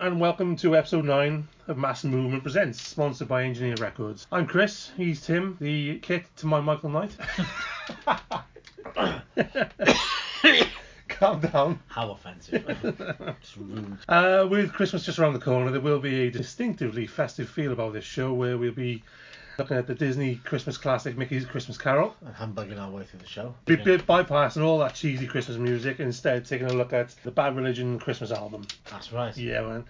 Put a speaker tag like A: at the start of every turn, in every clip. A: and welcome to episode 9 of Mass and Movement Presents, sponsored by Engineer Records. I'm Chris, he's Tim, the kit to my Michael Knight. Calm down.
B: How offensive. it's rude.
A: Uh, with Christmas just around the corner, there will be a distinctively festive feel about this show where we'll be looking at the Disney Christmas classic Mickey's Christmas Carol,
B: And hambugging our way through the show.
A: bit, bit bypassing all that cheesy Christmas music and instead taking a look at the Bad Religion Christmas album.
B: That's right.
A: Yeah, man.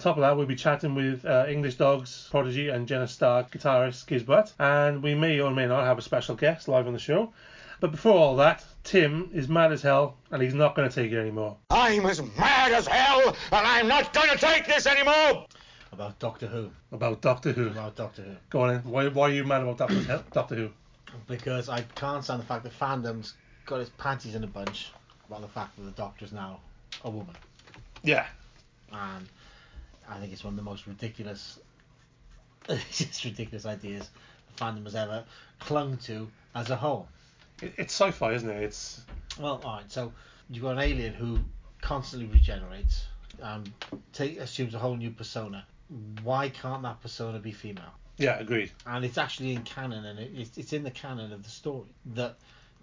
A: Top of that, we'll be chatting with uh, English Dogs prodigy and Jenna Stark guitarist Giz Butt, and we may or may not have a special guest live on the show. But before all that, Tim is mad as hell, and he's not going to take it anymore.
C: I'm as mad as hell, and I'm not gonna take this anymore!
B: About Doctor Who.
A: About Doctor Who.
B: About Doctor Who.
A: Go on in. Why, why are you mad about Doctor, Who- Doctor Who?
B: Because I can't stand the fact that fandom's got its panties in a bunch about the fact that the Doctor's now a woman.
A: Yeah.
B: And I think it's one of the most ridiculous, just ridiculous ideas the fandom has ever clung to as a whole.
A: It, it's sci fi, isn't it? It's.
B: Well, alright, so you've got an alien who constantly regenerates and take, assumes a whole new persona. Why can't that persona be female?
A: Yeah, agreed.
B: and it's actually in canon and it, it's, it's in the canon of the story that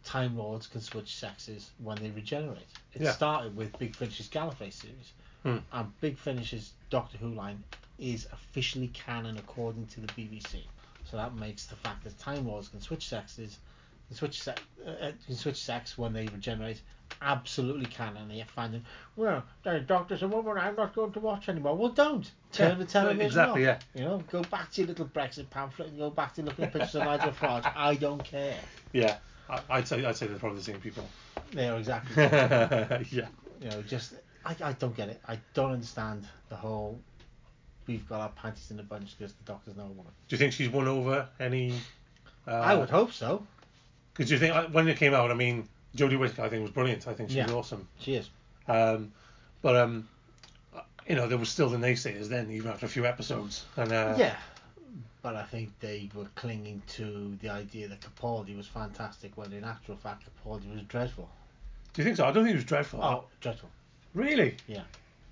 B: time lords can switch sexes when they regenerate it
A: Yeah.
B: started with big finish's gallifrey series
A: Hmm.
B: and big finish's doctor who line is officially canon according to the bbc so that makes the fact that time lords can switch sexes can switch sex, uh, uh, can switch sex when they regenerate absolutely canon and they find them well the doctor's a woman i'm not going to watch anymore well don't turn the
A: Yeah,
B: television
A: exactly,
B: off.
A: yeah.
B: You know, go back to your little Brexit pamphlet and go back to looking at pictures of Nigel Farage. I don't care.
A: Yeah. I, I'd, say, I'd say they're probably the same people.
B: They are exactly.
A: yeah.
B: you know, just I, I don't get it. I don't understand the whole. We've got our panties in a bunch because the doctor's not a woman.
A: Do you think she's won over any. Uh,
B: I would hope so.
A: Because you think, I- when it came out, I mean, Jodie Whittaker, I think, was brilliant. I think she was
B: Yeah.
A: awesome.
B: She is.
A: Um, but um, you know, there was still the naysayers then, even after a few episodes. And uh,
B: yeah, but I think they were clinging to the idea that Capaldi was fantastic when in actual fact Capaldi was dreadful.
A: do you think so? I don't think it was dreadful.
B: Oh, dreadful.
A: really?
B: Yeah.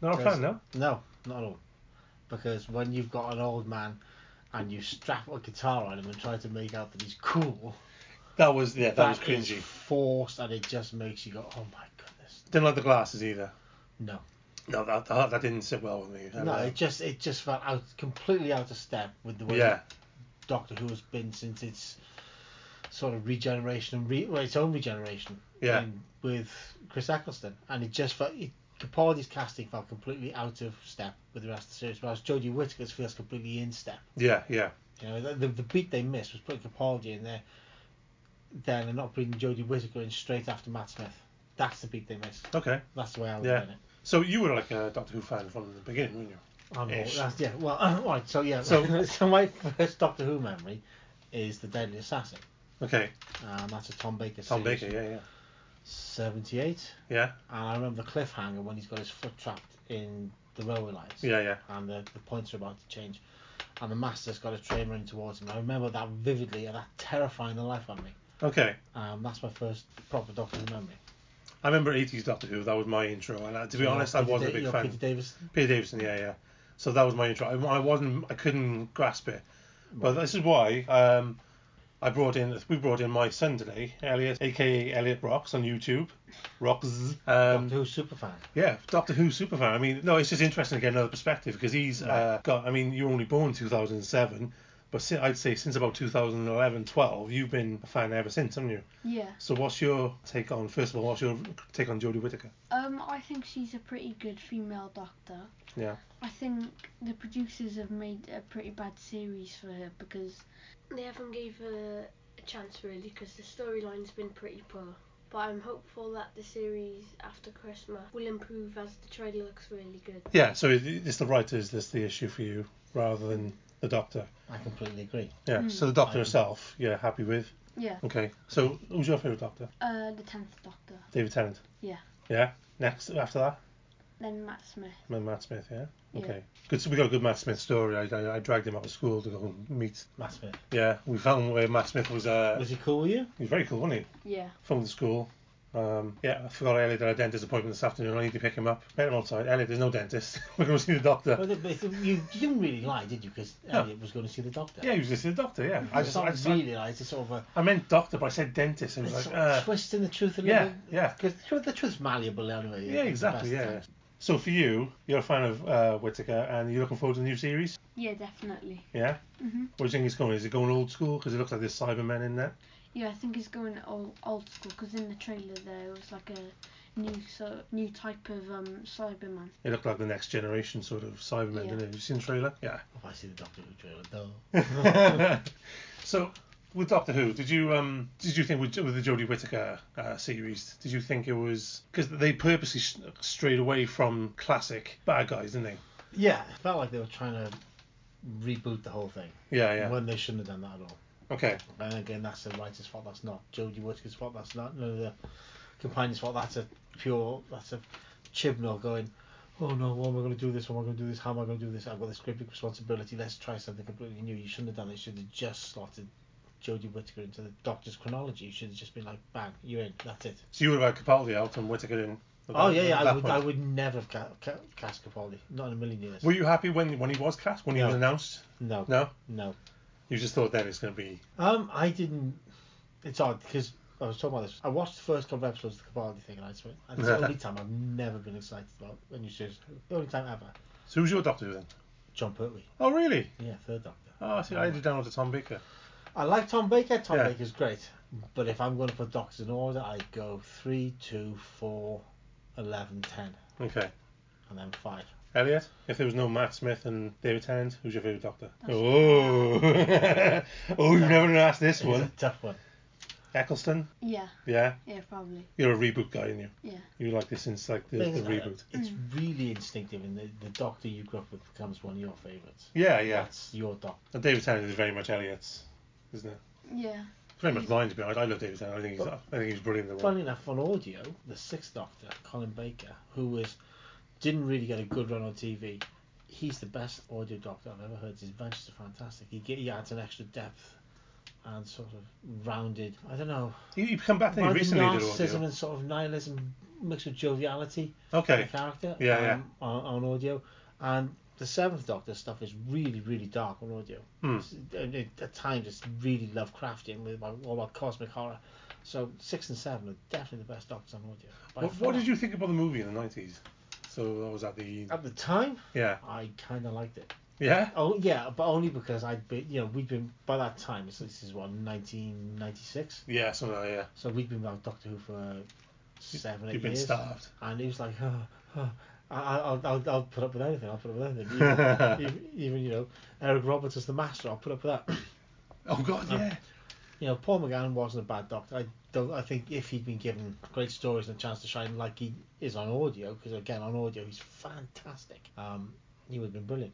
A: Not a
B: There's-
A: fan, no.
B: No, not at all. Because when you've got an old man and you strap a guitar on him and try to make out that he's cool,
A: That was yeah, that, was
B: that is
A: cringy.
B: forced and it just makes you go, oh my goodness.
A: Didn't like the glasses either.
B: No,
A: No, that that, that didn't sit well with me. Uh,
B: no, it just it just felt out completely out of step with the way
A: yeah,
B: Doctor Who has been since its sort of regeneration and re, well, its own regeneration
A: yeah,
B: in- with Chris Eccleston, and it just felt it, Capaldi's casting felt completely out of step with the rest of the series, whereas Jodie Whittaker's feels completely in step.
A: yeah, yeah,
B: You know, the, the, the beat they missed was putting Capaldi in there, then and not bringing Jodie Whittaker in straight after Matt Smith. That's the beat they missed.
A: Okay,
B: That's the way I was
A: Yeah.
B: doing it.
A: so you were like a Doctor Who fan from the beginning, weren't you?
B: I'm all,
A: Ish.
B: that's, yeah. Well, right. So yeah.
A: So-
B: So, so my first Doctor Who memory is the Deadly Assassin.
A: Okay,
B: Um, that's a Tom Baker.
A: Tom
B: series,
A: Baker, yeah, yeah,
B: Seventy-eight.
A: yeah,
B: And I remember the cliffhanger when he's got his foot trapped in the railway lines.
A: yeah, yeah.
B: and the, the points are about to change. And the master's got a train running towards him. I remember that vividly and that terrifying the life out of me.
A: Okay,
B: Um, that's my first proper Doctor Who memory.
A: I remember '80s Doctor Who. That was my intro, and uh, to be
B: You know,
A: honest, I
B: Peter
A: wasn't
B: Da-
A: a big
B: you know,
A: fan.
B: Peter Davis.
A: Peter Davison, yeah, yeah. So that was my intro. I, I wasn't, I couldn't grasp it. But this is why um, I brought in, we brought in my son today, Elliot, aka Elliot Rocks on YouTube. Rocks. Um,
B: Doctor Who superfan.
A: yeah, Doctor Who superfan. I mean, no, it's just interesting to get another perspective because he's uh, got, I mean, you were only born 2007, but si- I'd say since about 2011, 12, you've been a fan ever since, haven't you?
D: Yeah.
A: So what's your take on, first of all, what's your take on Jodie Whittaker?
D: Um, I think she's a pretty good female doctor.
A: Yeah.
D: I think the producers have made a pretty bad series for her because they haven't gave her a chance really because the storyline's been pretty poor. But I'm hopeful that the series after Christmas will improve as the trailer looks really good.
A: Yeah, so it- it's the writers that's the issue for you rather than the doctor.
B: I completely agree.
A: Yeah,
D: Hmm.
A: so the doctor
B: I-
A: herself, yeah, happy with.
D: Yeah.
A: Okay, so who's your favourite doctor?
D: Uh, the tenth Doctor,
A: David Tennant.
D: Yeah.
A: Yeah, next, after that,
D: then Matt Smith.
A: then Matt Smith, yeah?
D: Yeah.
A: Okay. Good, so we got a good Matt Smith story. I, I, I dragged him out of school to go and meet.
B: Matt Smith.
A: Yeah, we found where Matt Smith was. Uh,
B: Was he cool with you?
A: he was very cool, wasn't he?
D: Yeah.
A: From the school. Um, yeah, I forgot Elliot had a dentist appointment this afternoon. I need to pick him up. Met him outside. Elliot, there's no dentist. We're going to see the doctor.
B: Well, but you, you didn't really lie, did you? Because
A: No.
B: Elliot was going to see the doctor.
A: Yeah, he was just the doctor. Yeah, I
B: I
A: just,
B: not
A: I, just
B: really lie. It's sort of a
A: I meant doctor, but I said dentist. It was
B: it's
A: like,
B: sort of
A: uh,
B: twisting the truth a little.
A: yeah, yeah.
B: Because the truth, the truth's malleable anyway.
A: yeah,
B: at the
A: exactly.
B: best of
A: Yeah. yeah.
B: times.
A: So for you, you're a fan of uh, Whittaker, and you're looking forward to the new series.
D: Yeah, definitely.
A: Yeah.
D: hmm
A: What do you think it's going? Is it going old school? Because it looks like there's Cybermen in there.
D: Yeah, I think it's going old, old school because in the trailer there was like a new so new type of um Cyberman.
A: It looked like the next generation sort of Cybermen.
D: Yeah.
A: Didn't it? Have you seen the trailer? Yeah.
B: If I see the doctor in the trailer, though.
A: so with Doctor Who, did you um did you think with, with the Jodie Whittaker uh, series, did you think it was because they purposely s- strayed away from classic bad guys, didn't they?
B: Yeah, it felt like they were trying to reboot the whole thing
A: Yeah, yeah.
B: when they shouldn't have done that at all.
A: Okay.
B: And again, that's the writer's fault. That's not Jodie Whittaker's fault. That's not none of the companions' fault. That's a pure. That's a Chibnall going. Oh no! What am I going to do this? What am I going to do this? How am I going to do this? I've got this great big responsibility. Let's try something completely new. You shouldn't have done it. You should have just slotted Jodie Whittaker into the Doctor's chronology. You should have just been like, bang, you're in. That's it.
A: So you would have had Capaldi out and Whittaker in. at
B: Oh
A: that-
B: yeah,
A: at
B: yeah. I
A: that
B: would,
A: point.
B: I would never have ca- ca- cast Capaldi. Not in a million years.
A: Were you happy when when he was cast when he
B: No.
A: was announced?
B: No,
A: No,
B: no.
A: you just thought then it's going to be
B: Um, I didn't. It's odd because I was talking about this. I watched the first couple of episodes of the Capaldi thing, and I just went, "That's the only time I've never been excited about a new series. The only time ever."
A: So who's your Doctor Who then?
B: John Pertwee,
A: Oh really?
B: yeah, third Doctor.
A: Oh, see, I had it down to Tom Baker.
B: I like Tom Baker. Tom
A: Yeah.
B: Baker's great, but if I'm going to put Doctors in order, I go three, two, four, eleven, ten,
A: Okay.
B: and then five.
A: Elliot, if there was no Matt Smith and David Tennant, who's your favourite Doctor?
D: That's-
A: Oh, oh, you've never asked this
B: It's a
A: one.
B: tough one.
A: Eccleston,
D: Yeah,
A: yeah,
D: yeah, probably.
A: you're a reboot guy, aren't you?
D: Yeah.
A: You like this since like the,
B: Thing
A: the
B: is, I-
A: reboot.
B: It's really instinctive, and the, the Doctor you grew up with becomes one of your favourites.
A: Yeah, yeah.
B: That's your Doctor.
A: And David Tennant is very much Elliot's, isn't it?
D: Yeah.
A: It's very much mine to be honest. I love David Tennant. I think he's I
B: But-
A: think he's brilliant. In the role.
B: Funny enough, on audio, the sixth Doctor, Colin Baker, who was didn't really get a good run on TV, he's the best audio Doctor I've ever heard. His adventures are fantastic. He, get, he adds an extra depth and sort of rounded. I don't know.
A: You, you've come back there
B: rounded
A: recently. Did
B: narcissism
A: audio.
B: and sort of nihilism mixed with joviality in
A: Okay.
B: the character.
A: Yeah,
B: um,
A: yeah.
B: On, on audio, and the seventh Doctor stuff is really, really dark on audio.
A: Hmm.
B: It's- uh, and it- at times it's really Lovecraftian with about, all about cosmic horror. So six and seven are definitely the best Doctors on audio. by
A: What,
B: far.
A: what did you think about the movie in the nineties? So that was at the
B: At the time,
A: yeah
B: I kind of liked it.
A: yeah
B: Oh yeah, but only because I'd been, you know, we'd been by that time. So this is what 1996.
A: yeah something like that, yeah.
B: So we'd been about Doctor Who for seven, eight
A: You've been
B: years.
A: starved.
B: And he was like, oh, oh, I, I'll, I'll, I'll put up with anything. I'll put up with anything. Even, even, even, you know, Eric Roberts as the master. I'll put up with that.
A: Oh God,
B: Um,
A: yeah.
B: You know, Paul McGann wasn't a bad doctor. I don't. I think if he'd been given great stories and a chance to shine like he is on audio, because again on audio he's fantastic. Um, he would have been brilliant,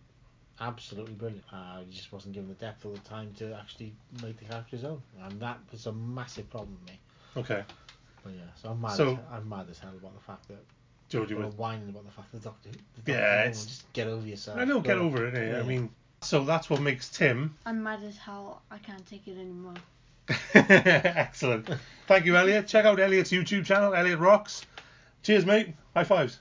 B: absolutely brilliant. Uh, he just wasn't given the depth or the time to actually make the character his own, and that was a massive problem with me.
A: Okay.
B: But yeah, so I'm mad.
A: Oh, So-
B: as, I'm mad as hell about the fact that
A: Jodie
B: people are
A: Whittaker.
B: whining about the fact that the doctor. The doctor
A: Yeah,
B: Who,
A: it's-
B: just get over yourself.
A: I know, get
B: Go.
A: over it. Eh? I
B: Yeah.
A: mean, so that's what makes Tim.
D: I'm mad as hell. I can't take it anymore.
A: Excellent. Thank you, Elliot. Check out Elliot's YouTube channel, Elliot Rocks. Cheers, mate. High fives.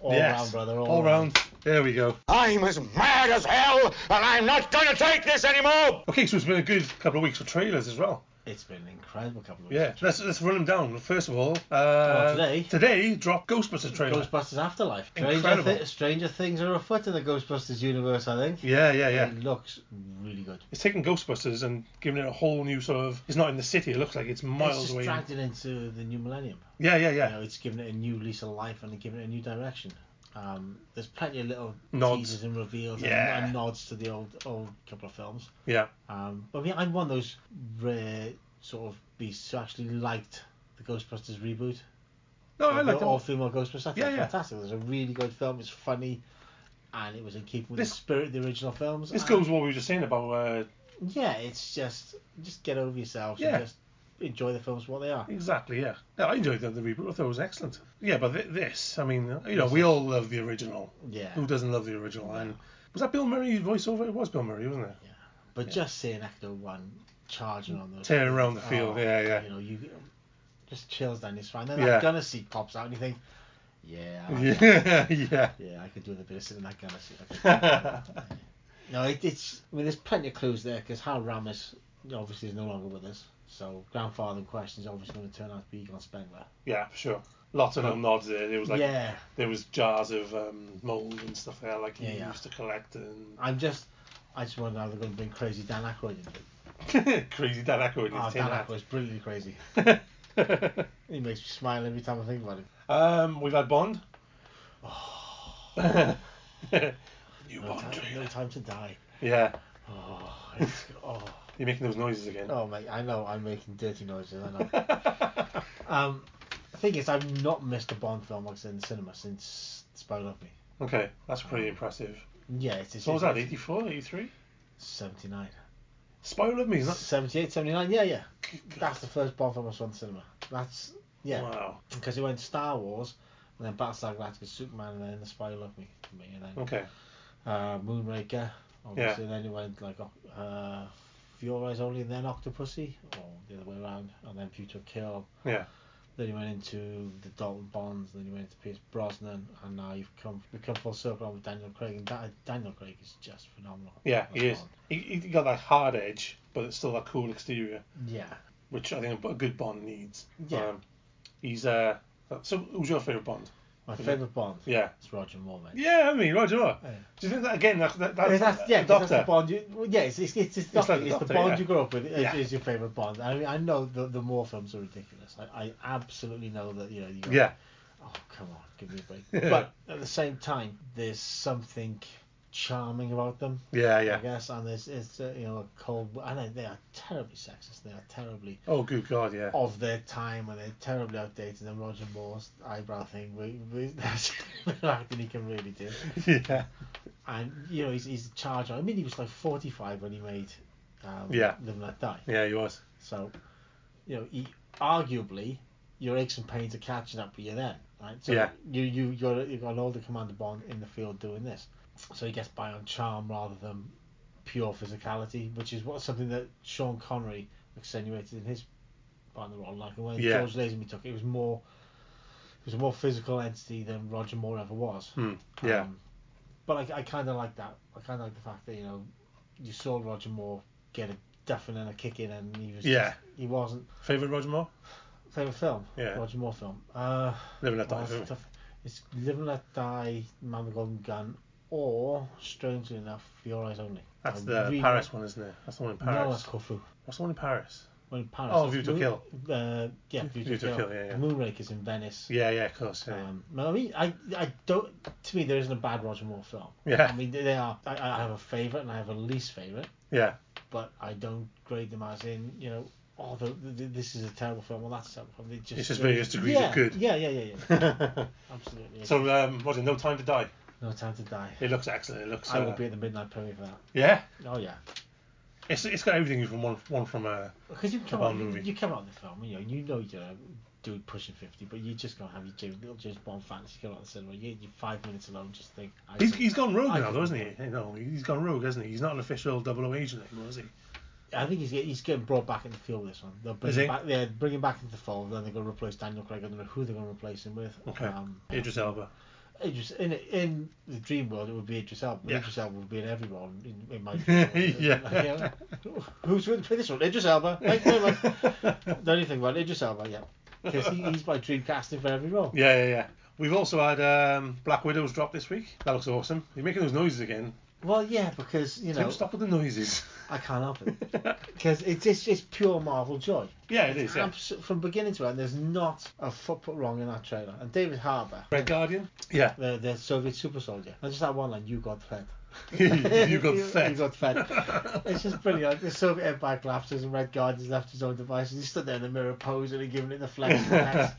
B: all
A: yes.
B: round, brother. All,
A: All
B: round.
A: round. There we go.
C: I'm as mad as hell, and I'm not going to take this anymore.
A: Okay, so it's been a good couple of weeks for trailers as well.
B: It's been an incredible couple of weeks.
A: Yeah, let's let's run them down. First of all, uh,
B: Oh, today?
A: today dropped Ghostbusters trailer.
B: Ghostbusters Afterlife. Stranger,
A: Incredible.
B: thi- Stranger things are afoot in the Ghostbusters universe, I think.
A: yeah, yeah, yeah.
B: It looks really good.
A: It's taking Ghostbusters and giving it a whole new sort of. It's not in the city. It looks like it's
B: it's
A: miles
B: just
A: away.
B: dragged it into the new millennium.
A: Yeah, yeah,
B: You
A: yeah.
B: know, it's given it a new lease of life and given it a new direction. Um, there's plenty of little
A: Nods.
B: teasers and reveals and-
A: Yeah.
B: and, nods to the old old couple of films.
A: Yeah.
B: Um, but I mean, I'm one of those rare sort of beasts who actually liked the Ghostbusters reboot.
A: No, I
B: The
A: like that.
B: all-female Ghostbusters. I think
A: Yeah,
B: it's
A: yeah.
B: fantastic. It was a really good film. It's funny, and it was in keeping with
A: This-
B: the spirit of the original films.
A: This
B: and-
A: goes with what we were just saying about uh,
B: Yeah, it's just just get over yourselves
A: Yeah.
B: and just enjoy the films for what they are.
A: Exactly, yeah. No, I enjoyed the, the reboot. I thought it was excellent. Yeah, but th- this, I mean, you know,
B: This
A: we
B: is-
A: all love the original.
B: Yeah.
A: Who doesn't love the original? And was that Bill Murray's voiceover? It was Bill Murray, wasn't it?
B: But
A: Yeah.
B: just seeing Ecto One charging on those oh,
A: Tearing around the field, yeah, yeah.
B: You know, you just chills down your spine. Then
A: Yeah.
B: that gunner seat pops out, and you think, yeah, I-
A: Yeah, yeah.
B: yeah, I could do with a bit of sitting in that gunner seat. I could-
A: yeah,
B: no, it, it's. I mean, there's plenty of clues there because Hal Ramis obviously is no longer with us, so grandfather in question is obviously going to turn out to be Egon Spengler.
A: for sure. Lots of little nods there. There was like
B: yeah,
A: there was jars of um, mold and stuff there, like he
B: Yeah, yeah.
A: used to collect and
B: I'm just. I just wonder how they're going to bring crazy Dan Aykroyd into it.
A: crazy Dan Aykroyd in
B: Oh,
A: his tin
B: Dan
A: hat.
B: Aykroyd's brilliantly crazy. He makes me smile every time I think about it.
A: um, we've had Bond. New
B: Oh, No,
A: Bond
B: time,
A: trailer.
B: no time to die.
A: Yeah,
B: Oh, it's, oh,
A: you're making those noises again.
B: oh, mate, I know I'm making dirty noises. I know. um, the thing is, I've not missed a Bond film like I said, in the cinema since Spy Love Me.
A: Okay, that's
B: Um,
A: pretty impressive.
B: Yeah, it's, it's
A: So what was that,
B: it's
A: 84, 83?
B: 79.
A: Spy Love Me, is that?
B: 78, 79, yeah, yeah. That's the first Bond film I saw in the cinema. That's, yeah,
A: Wow.
B: because it went Star Wars, and then Battlestar Galactica, Superman, and then The Spy Who Loved Me, for me, and then
A: Okay.
B: uh, Moonraker, obviously, and then it went like uh, Your Eyes Only, and then Octopussy, or the other way around, and then Future Kill.
A: Yeah.
B: Then you went into the Dalton Bonds, then you went into Pierce Brosnan, and now you've come we've come full circle on with Daniel Craig, and da- Daniel Craig is just phenomenal.
A: Yeah, he
B: That's
A: is. He, he got that hard edge, but it's still that cool exterior,
B: Bond. Yeah.
A: which I think a good Bond needs.
B: Yeah.
A: Um, he's uh. So who's your favorite Bond?
B: My
A: Yeah.
B: favourite Bond
A: Yeah.
B: is Roger Moore, mate.
A: Yeah, I mean Roger Moore.
B: Yeah.
A: Do you think that again? That, that,
B: Because
A: that's,
B: that's, yeah,
A: the
B: 'cause that's
A: Doctor.
B: the Bond you, well, yeah, it's, it's, it's,
A: like
B: it's, doctor,
A: the
B: it's the
A: Doctor,
B: Bond
A: yeah.
B: you grew up with. Is,
A: Yeah.
B: is your favourite Bond. I mean, I know the, the Moore films are ridiculous. I, I absolutely know that, you know, you go,
A: Yeah.
B: oh, come on, give me a break. but at the same time, there's something charming about them.
A: Yeah,
B: I
A: yeah.
B: guess, and it's, it's uh, you know a cold. I know they are terribly sexist. They are terribly
A: Oh, good God, yeah.
B: of their time, and they're terribly outdated. And Roger Moore's eyebrow thing, we, we, that's acting he can really do.
A: yeah.
B: And you know he's he's a charger. I mean, he was like 45 when he made um,
A: Yeah.
B: Live and Let Die.
A: Yeah, he was.
B: So you know, he, arguably your aches and pains are catching up with you then, right? So
A: Yeah.
B: you you you're you've got an older commander Bond in the field doing this, so he gets by on charm rather than pure physicality, which is what something that Sean Connery accentuated in his part of the role. Like when
A: Yeah.
B: George Lazenby took it, it was more it was a more physical entity than Roger Moore ever was.
A: Hmm. Yeah.
B: Um, but I, I kind of like that. I kind of like the fact that you know you saw Roger Moore get a duffing and a kick in, and he was
A: Yeah.
B: just- he wasn't
A: favorite Roger Moore?
B: favorite film.
A: Yeah.
B: Roger Moore film. Uh,
A: Live and Let
B: well,
A: Die.
B: it's
A: favorite.
B: tough. It's Live and Let Die, Man with the Golden Gun, or strangely enough, Your Eyes Only.
A: That's
B: I
A: the
B: Oh, really-
A: Paris one, isn't it? That's the one in
B: No,
A: Paris.
B: that's Corfu.
A: What's the one in Paris?
B: Well, in Paris.
A: Oh,
B: that's
A: View to
B: Moon-
A: Kill.
B: Uh, yeah, View to Kill.
A: yeah, yeah.
B: Moonraker's in Venice.
A: Yeah, yeah, of course. Yeah.
B: Um, no, I mean, I, I don't. To me, there isn't a bad Roger Moore film.
A: Yeah.
B: I mean, they are. I, I have a favorite and I have a least favorite,
A: yeah.
B: but I don't grade them as in you know. Oh, the, the, this is a terrible film. Well, that's a terrible film. They just,
A: It's just various degrees of
B: yeah,
A: good.
B: Yeah, yeah, yeah, yeah. Absolutely.
A: so, um, was it No Time to Die?
B: no time to die.
A: It looks excellent. It looks.
B: I
A: uh,
B: will be at the midnight premiere for that.
A: Yeah.
B: Oh yeah,
A: It's it's got everything from one one from uh, a.
B: because you come
A: Bond
B: out, you,
A: movie.
B: you come out of the film, you know, you know you're a dude pushing fifty, but you just gonna have your James, little James Bond fantasy come out of the cinema. You, you're five minutes alone, just think. I
A: He's,
B: see-
A: he's gone rogue
B: I
A: now, though,
B: think-
A: isn't he? You know, he's gone rogue, hasn't he? He's not an official 00 agent anymore, is he?
B: I think he's get- he's getting brought back in the field this one. They'll bring
A: Is
B: him
A: he?
B: back. Yeah, bring him back into the fold. Then they're going to replace Daniel Craig. I don't know who they're going to replace him with.
A: Okay.
B: Um,
A: Idris Elba.
B: Idris in in the dream world it would be Idris Elba.
A: Yeah.
B: Idris Elba would be in every role in, in my. dream world.
A: Yeah.
B: Who's going to play this one? Idris Elba. Thank you very much. the only thing about Idris Elba, yeah, because he, he's my dream casting for every role.
A: Yeah, yeah, yeah. We've also had um, Black Widow's drop this week. That looks awesome. You're making those noises again.
B: Well, yeah, because you
A: Tim,
B: know
A: stop with the noises.
B: I can't help it because it's just it's pure Marvel joy.
A: yeah, it is. Yeah.
B: Abso- from beginning to end, there's not a foot put wrong in that trailer. And David Harbour,
A: Red Guardian. Yeah.
B: the, the Soviet super soldier, and just that one line, "You got fed."
A: you got
B: you
A: fed.
B: got fed. it's just brilliant. The Soviet Empire collapses, and Red Guardian's left his own devices. He stood there in the mirror posing and giving it the flex. and flex.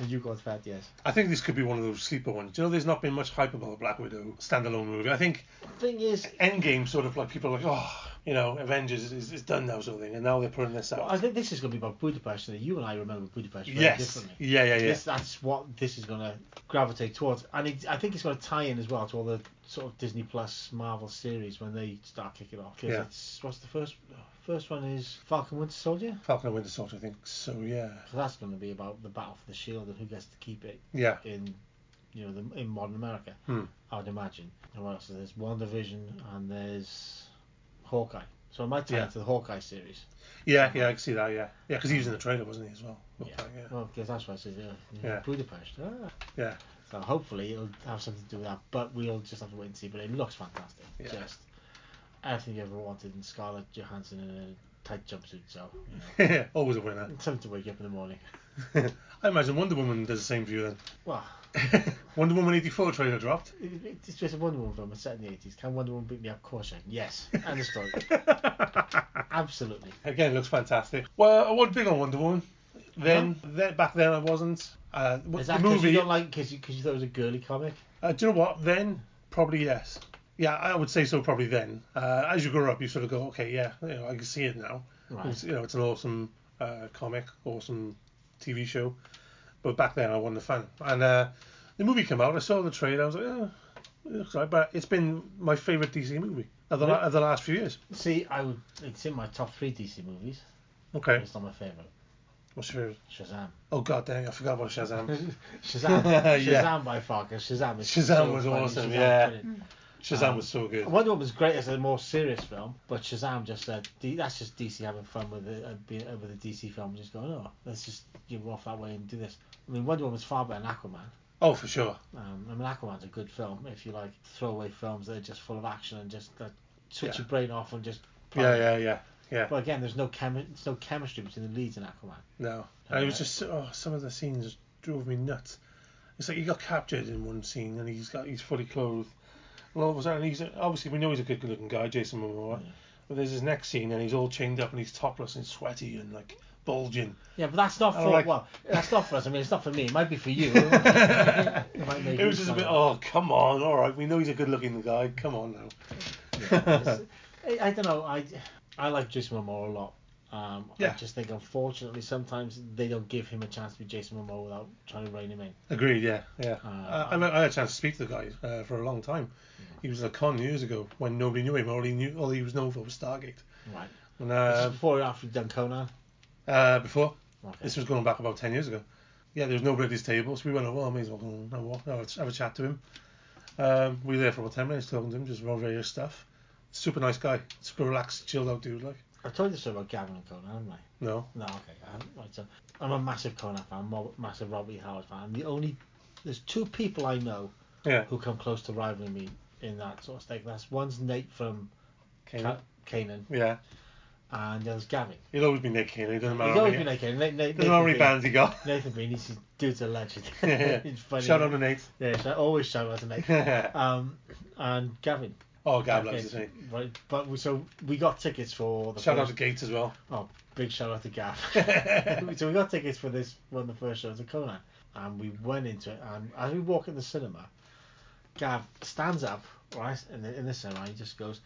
B: and you got fed, yes.
A: I think this could be one of those sleeper ones. Do you know, there's not been much hype about the Black Widow standalone movie. I think
B: Thing is,
A: Endgame sort of like people are like, oh, you know, Avengers is, is done now, sort of thing, and now they're putting this out.
B: Well, I think this is going to be about Budapest. and You and I remember Budapest very
A: yes.
B: differently.
A: Yeah, yeah, yeah.
B: This, that's what this is going to gravitate towards, and it, I think it's going to tie in as well to all the sort of Disney Plus Marvel series when they start kicking off. 'Cause
A: Yeah.
B: it's what's the first first one is Falcon Winter Soldier.
A: Falcon and Winter Soldier, I think. So yeah,
B: So that's going to be about the battle for the shield and who gets to keep it
A: yeah.
B: in you know the, in modern America.
A: Hmm.
B: I would imagine. And what else? There's WandaVision and there's Hawkeye. So it might tie
A: Yeah.
B: into the Hawkeye series.
A: Yeah, yeah, I can see that. Yeah, yeah, because he was in the trailer, wasn't he, as well?
B: Yeah.
A: Looked like, yeah.
B: Well, because that's what I said. Yeah.
A: Yeah.
B: Budapest. Ah.
A: Yeah.
B: So hopefully it'll have something to do with that, but we'll just have to wait and see. But it looks fantastic.
A: Yeah.
B: Just everything you ever wanted in Scarlett Johansson in a tight jumpsuit. So you know,
A: Always a winner.
B: something to wake you up in the morning.
A: I imagine Wonder Woman does the same for you then.
B: Well,
A: Wonder Woman 84 trailer dropped.
B: it, it- it's just a Wonder Woman film. It's set in the 80s. Can Wonder Woman beat me up? Of course, I can. Yes. End of story. Absolutely.
A: Again, it looks fantastic. Well, I wasn't big on Wonder Woman. Then, then back then I wasn't. Uh, w-
B: Uh-huh. Is
A: the
B: that because
A: movie.
B: you don't like because you, 'cause you thought it was a girly comic?
A: uh, do you know what? Then probably yes. Yeah, I would say so. Probably then. Uh, as you grow up, you sort of go, okay, yeah, you know, I can see it now. It's,
B: Right.
A: you know, it's an awesome uh, comic, awesome TV show. But back then, I wasn't a fan. And uh, the movie came out. I saw the trailer. I was like, oh, it looks like. But it's been my favorite DC movie of the, la-
B: Really?
A: of the last few years.
B: See, I would. It's in my top three DC movies.
A: Okay.
B: It's not my favorite.
A: What's your favorite?
B: Shazam.
A: Oh god, dang! I forgot about Shazam.
B: Shazam. Shazam
A: Yeah.
B: by far. 'cause Shazam is.
A: Shazam
B: so
A: was
B: funny.
A: awesome,
B: Shazam's
A: yeah.
B: brilliant.
A: Shazam
B: Um,
A: was so good.
B: Wonder Woman's great as a more serious film, but Shazam just said D- that's just DC having fun with it, uh, being, uh, with a DC film, just going, oh, let's just give off that way and do this. I mean, Wonder Woman's far better than Aquaman.
A: Oh, for sure.
B: Um, I mean, Aquaman's a good film if you like throwaway films that are just full of action and just like, switch
A: Yeah.
B: your brain off and just.
A: Yeah, yeah, yeah, yeah.
B: But again, there's no chemi- there's no chemistry between the leads and Aquaman.
A: No, and it was
B: Yeah.
A: just oh, some of the scenes drove me nuts. It's like he got captured in one scene and he's got he's fully clothed. And all of a sudden, he's obviously we know he's a good looking guy, Jason Momoa.
B: Yeah.
A: But there's his next scene and he's all chained up and he's topless and sweaty and like bulging.
B: Yeah, but that's not
A: I
B: for
A: like-
B: well, that's not for us. I mean, it's not for me. It might be for you. it might make
A: It
B: you
A: was just a
B: feel-
A: bit oh come on, all right, we know he's a good looking guy, come on now.
B: Yeah, it's- I, I don't know. I I like Jason Momoa a lot. Um, I
A: Yeah.
B: just think unfortunately sometimes they don't give him a chance to be Jason Momoa without trying to rein him in.
A: Agreed, yeah, yeah.
B: Uh,
A: Uh, I, met- I had a chance to speak to the guy uh, for a long time. He was at a con years ago when nobody knew him. All he knew, all he was known for was Stargate.
B: Right.
A: And
B: This
A: uh,
B: is before or after you've done Conan.
A: uh, before
B: Okay.
A: This was going back about 10 years ago. Yeah, there was nobody at his table, so we went over, well, I may as well go and have a, walk- have a- have a chat to him. Um, we were there for about 10 minutes talking to him, just about various stuff. Super nice guy, super relaxed, chilled out dude, like.
B: I told you this about Gavin and Conan, haven't I?
A: No.
B: No, okay. I haven't- right, so I'm a massive Conan fan, I'm a massive Robert E. Howard fan. The only there's two people I know
A: Yeah.
B: who come close to rivaling me in that sort of stake. That's one's Nate from
A: Kanan.
B: Ca- Canaan,
A: Yeah.
B: and the other's Gavin.
A: He'll always be Nick Haley, doesn't matter
B: He's
A: how
B: always
A: many,
B: been like Canaan. Nate, Nate,
A: doesn't matter how many
B: Nathan
A: bands he got.
B: Bean- Nathan Bean, he's dude's a legend.
A: Yeah, yeah.
B: it's funny.
A: Shout out to Nate.
B: Yeah, so I always shout out to Nate. um, and Gavin.
A: oh, Gab loves
B: Okay,
A: his name.
B: Right, but we, so we got tickets for the
A: Shout out
B: first,
A: to Gates as well.
B: Oh, big shout out to Gav. so we got tickets for this one of the first shows of Conan, and we went into it. And as we walk in the cinema, Gav stands up right in the, in the cinema. He just goes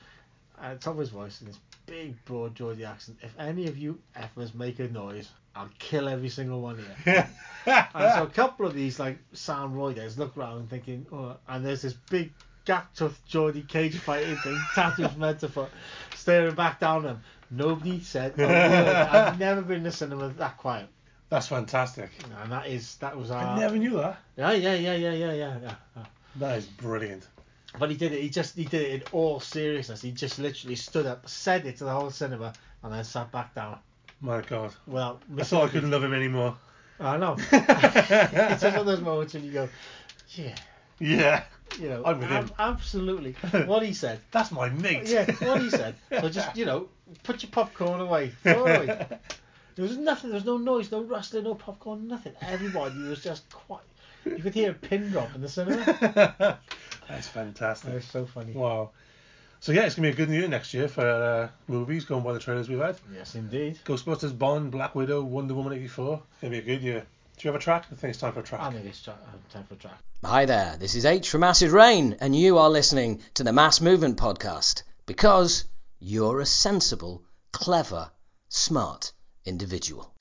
B: at the top of his voice in this big, broad Geordie accent. If any of you effers make a noise, I'll kill every single one of you. And so a couple of these like Sam Royders look around thinking, oh, and there's this big gap toothed Geordie cage fighting thing, tattooed from head to foot, staring back down at him. Nobody said a word. I've never been in a cinema that quiet.
A: That's fantastic.
B: And that is that was our
A: I never knew that.
B: Yeah, yeah, yeah, yeah, yeah, yeah, yeah. yeah.
A: That is brilliant.
B: But he did it he just he did it in all seriousness. He just literally stood up, said it to the whole cinema and then sat back down.
A: My God.
B: Well
A: I thought I couldn't love him anymore.
B: I know. it's just one of those moments when you go, Yeah,
A: Yeah.
B: you know,
A: I'm with him.
B: ab- absolutely. What he said,
A: That's my mate.
B: yeah, what he said. So just you know, put your popcorn away. Throw it away. There was nothing. There was no noise, no rustling, no popcorn, nothing. Everybody was just quiet. You could hear a pin drop in the cinema.
A: That's fantastic.
B: That was so funny.
A: Wow. So yeah, it's gonna be a good year next year for uh, movies. Going by the trailers we've had,
B: Yes, indeed.
A: Ghostbusters, Bond, Black Widow, Wonder Woman '84. It's gonna be a good year. Do you have a track? I think it's time for a track.
B: I think it's tra- uh, time for a track.
E: Hi there, this is H from Acid Rain, and you are listening to the Mass Movement Podcast because You're a sensible, clever, smart individual.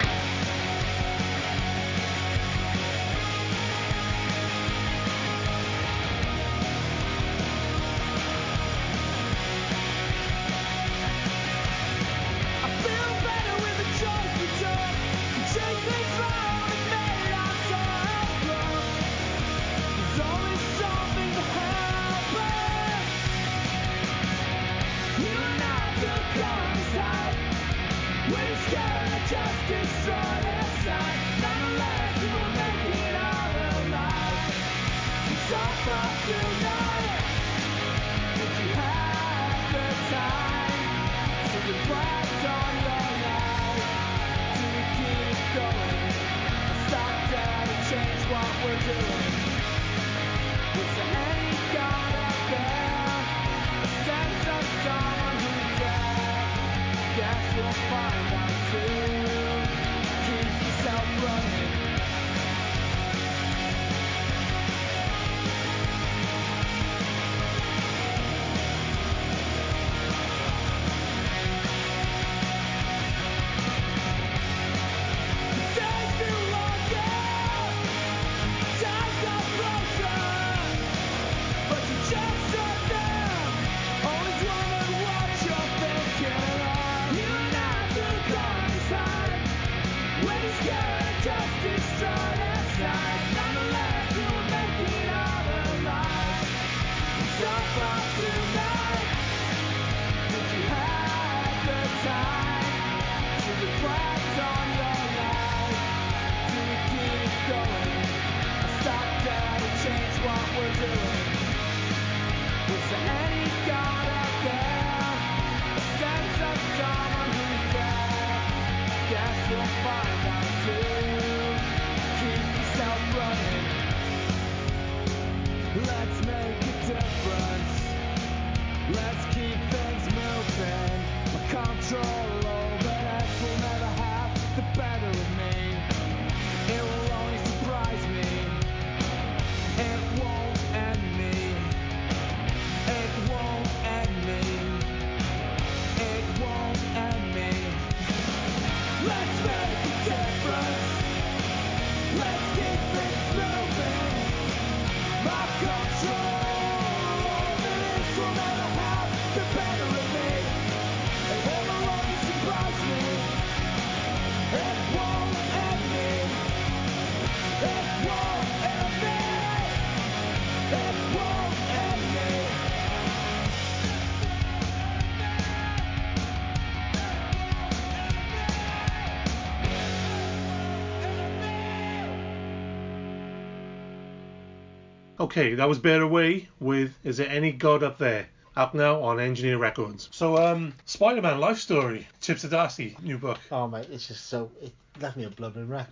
F: Okay, that was Bear Away with Is There Any God Up There? Up now on Engineer Records. So, um, Spider Man Life Story, Chip Zdarsky, new book.
B: Oh mate, it's just so it left me a blubbering wreck.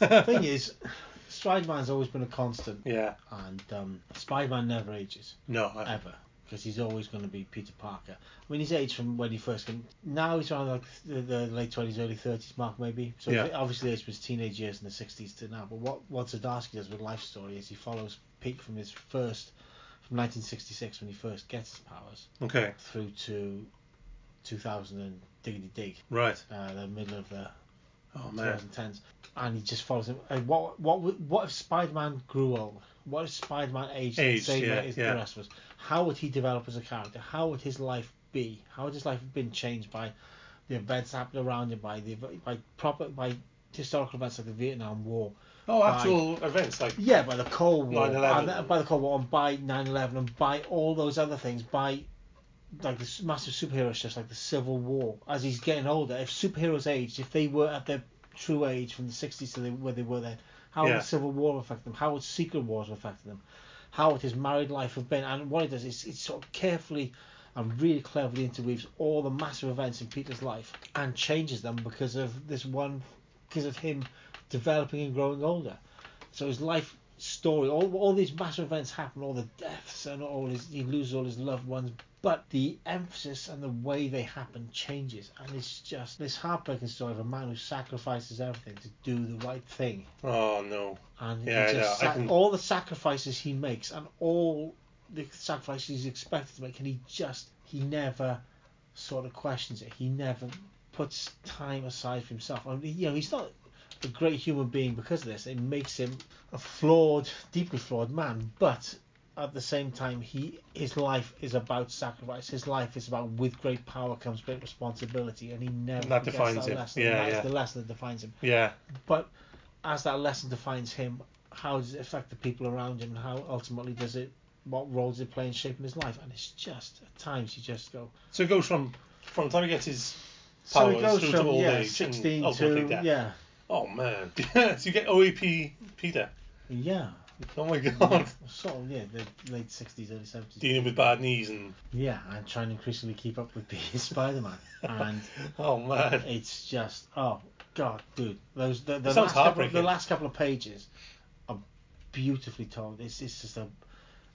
B: Like, thing is, Spider Man's always been a constant,
F: Yeah,
B: and um, Spider Man never ages
F: no, I,
B: ever because he's always going to be Peter Parker. I mean, he's aged from when he first came. Now he's around like the, the late twenties, early thirties mark maybe. So
F: Yeah.
B: he obviously aged from his teenage years in the sixties to now. But what what Zdarsky does with Life Story is he follows Pete from his first from 1966 when he first gets his powers
F: okay,
B: through to 2000 and diggity dig,
F: right.
B: uh, the middle of the
F: Oh man,
B: 2010s, and he just follows him. And what what would- what if Spider-Man grew old? What if Spider-Man aged,
F: Aged,
B: the same
F: yeah,
B: way as
F: yeah.
B: the rest of us? How would he develop as a character? How would his life be? How would his life have been changed by the events happening around him, by the by proper by historical events like the Vietnam War?
F: oh actual events like
B: Yeah, by the Cold War,
F: 9/11.
B: and, by the Cold War, and by 9/11, and by all those other things, by like this massive superhero stuff, like the Civil War. As he's getting older, if superheroes aged, if they were at their true age from the 60s to the, where they were then, how
F: Yeah.
B: would the Civil War affect them? How would Secret Wars affect them? How would his married life have been? And what it does is it sort of carefully and really cleverly interweaves all the massive events in Peter's life and changes them because of this one, because of him developing and growing older. So his life story, all, all these massive events happen, all the deaths and all his, he loses all his loved ones, but the emphasis and the way they happen changes, and it's just this heartbreaking story of a man who sacrifices everything to do the right thing,
F: oh no,
B: and he
F: Yeah,
B: just
F: yeah, I
B: sac-
F: can-
B: all the sacrifices he makes and all the sacrifice he's expected to make, and he just he never sort of questions it. He never puts time aside for himself. I mean, you know, he's not a great human being because of this. It makes him a flawed, deeply flawed man. But at the same time, he his life is about sacrifice. His life is about with great power comes great responsibility, and he never
A: That
B: forgets
A: defines
B: that
A: him.
B: lesson.
A: Yeah,
B: that is
A: yeah.
B: the lesson that defines him.
A: Yeah.
B: But as that lesson defines him, how does it affect the people around him, and how ultimately does it? What role does it play in shaping his life? And it's just at times you just go.
A: So it goes from from the time he gets his
B: So
A: Powers
B: it goes
A: through to
B: from
A: old
B: yeah,
A: age and
B: sixteen
A: ultimately
B: to
A: death.
B: yeah,
A: oh man. so you get OEP Peter.
B: yeah.
A: Oh my god.
B: Sort of, yeah, the late 60s, early 70s.
A: Dealing with bad knees and
B: Yeah, I'm trying to increasingly keep up with being Spider Man. And
A: oh man.
B: it's just, oh, God, dude. Those, the, the,
A: It sounds
B: last couple,
A: heartbreaking.
B: the last couple of pages are beautifully told. It's, it's just a.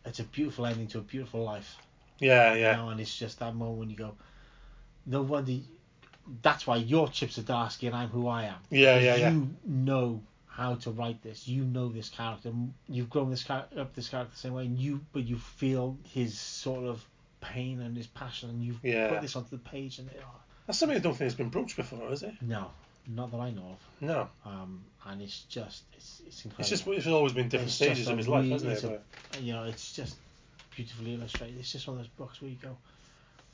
B: It's a beautiful ending to a beautiful life.
A: Yeah,
B: you
A: yeah.
B: know, and it's just that moment when you go, no wonder. That's why you're Chip Zdarsky and I'm who I am.
A: Yeah, yeah, yeah.
B: You know how to write this. You know this character. You've grown this char- up this character the same way, and you but you feel his sort of pain and his passion, and you've
A: Yeah.
B: put this onto the page. And oh,
A: That's something I don't think has been broached before, is it?
B: no, not that I know of.
A: No.
B: Um, and it's just it's it's incredible.
A: It's just it's always been different
B: It's just
A: stages of
B: a
A: his life,
B: wee-
A: hasn't it?
B: it's a-
A: But-
B: you know, it's just beautifully illustrated. It's just one of those books where you go,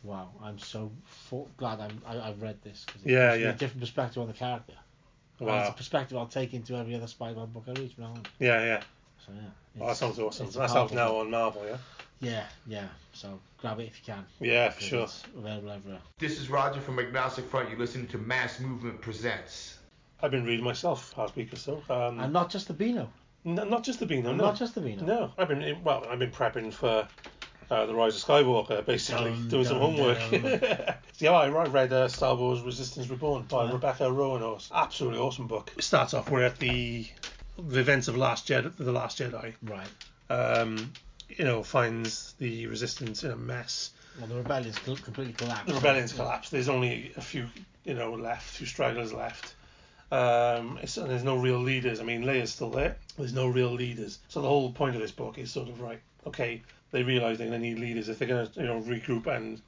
B: "Wow, I'm so for- glad I'm, I, I read this because it
A: Yeah,
B: gives me
A: yeah.
B: a different perspective on the character. And It's a
A: Wow.
B: perspective I'll take into every other Spider-Man book I read from now on.
A: Yeah, yeah.
B: So
A: Oh,
B: yeah,
A: that
B: it's-
A: sounds awesome.
B: it's a
A: That's out
B: powerful
A: now
B: book.
A: on Marvel, yeah?
B: Yeah, yeah. So grab it if you can.
A: Yeah, for
B: 'cause
A: sure.
B: It's available everywhere.
G: This is Roger from Agnostic Front. You're listening to Mass Movement Presents.
A: I've been reading myself past week or so. Um,
B: And not just the Beano.
A: n- not just the Beano, no.
B: Not just the Beano.
A: No, I've been well. I've been prepping for uh, the Rise of Skywalker, basically
B: Dun,
A: doing some
B: dun,
A: homework.
B: dun.
A: yeah, I, I read uh, Star Wars: Resistance Reborn by
B: Yeah.
A: Rebecca Rowan. It was Absolutely awesome book. It starts off we're at the the events of Last Jedi, the Last Jedi.
B: Right.
A: Um, you know, finds the Resistance in a mess.
B: Well, the rebellion's col- completely collapsed.
A: The rebellion's collapsed. There's only a few, you know, left. Few stragglers left. Um, it's, and there's no real leaders. I mean, Leia's still there. There's no real leaders. So the whole point of this book is sort of right. Okay, they realise they're going to need leaders if they're going to, you know, regroup and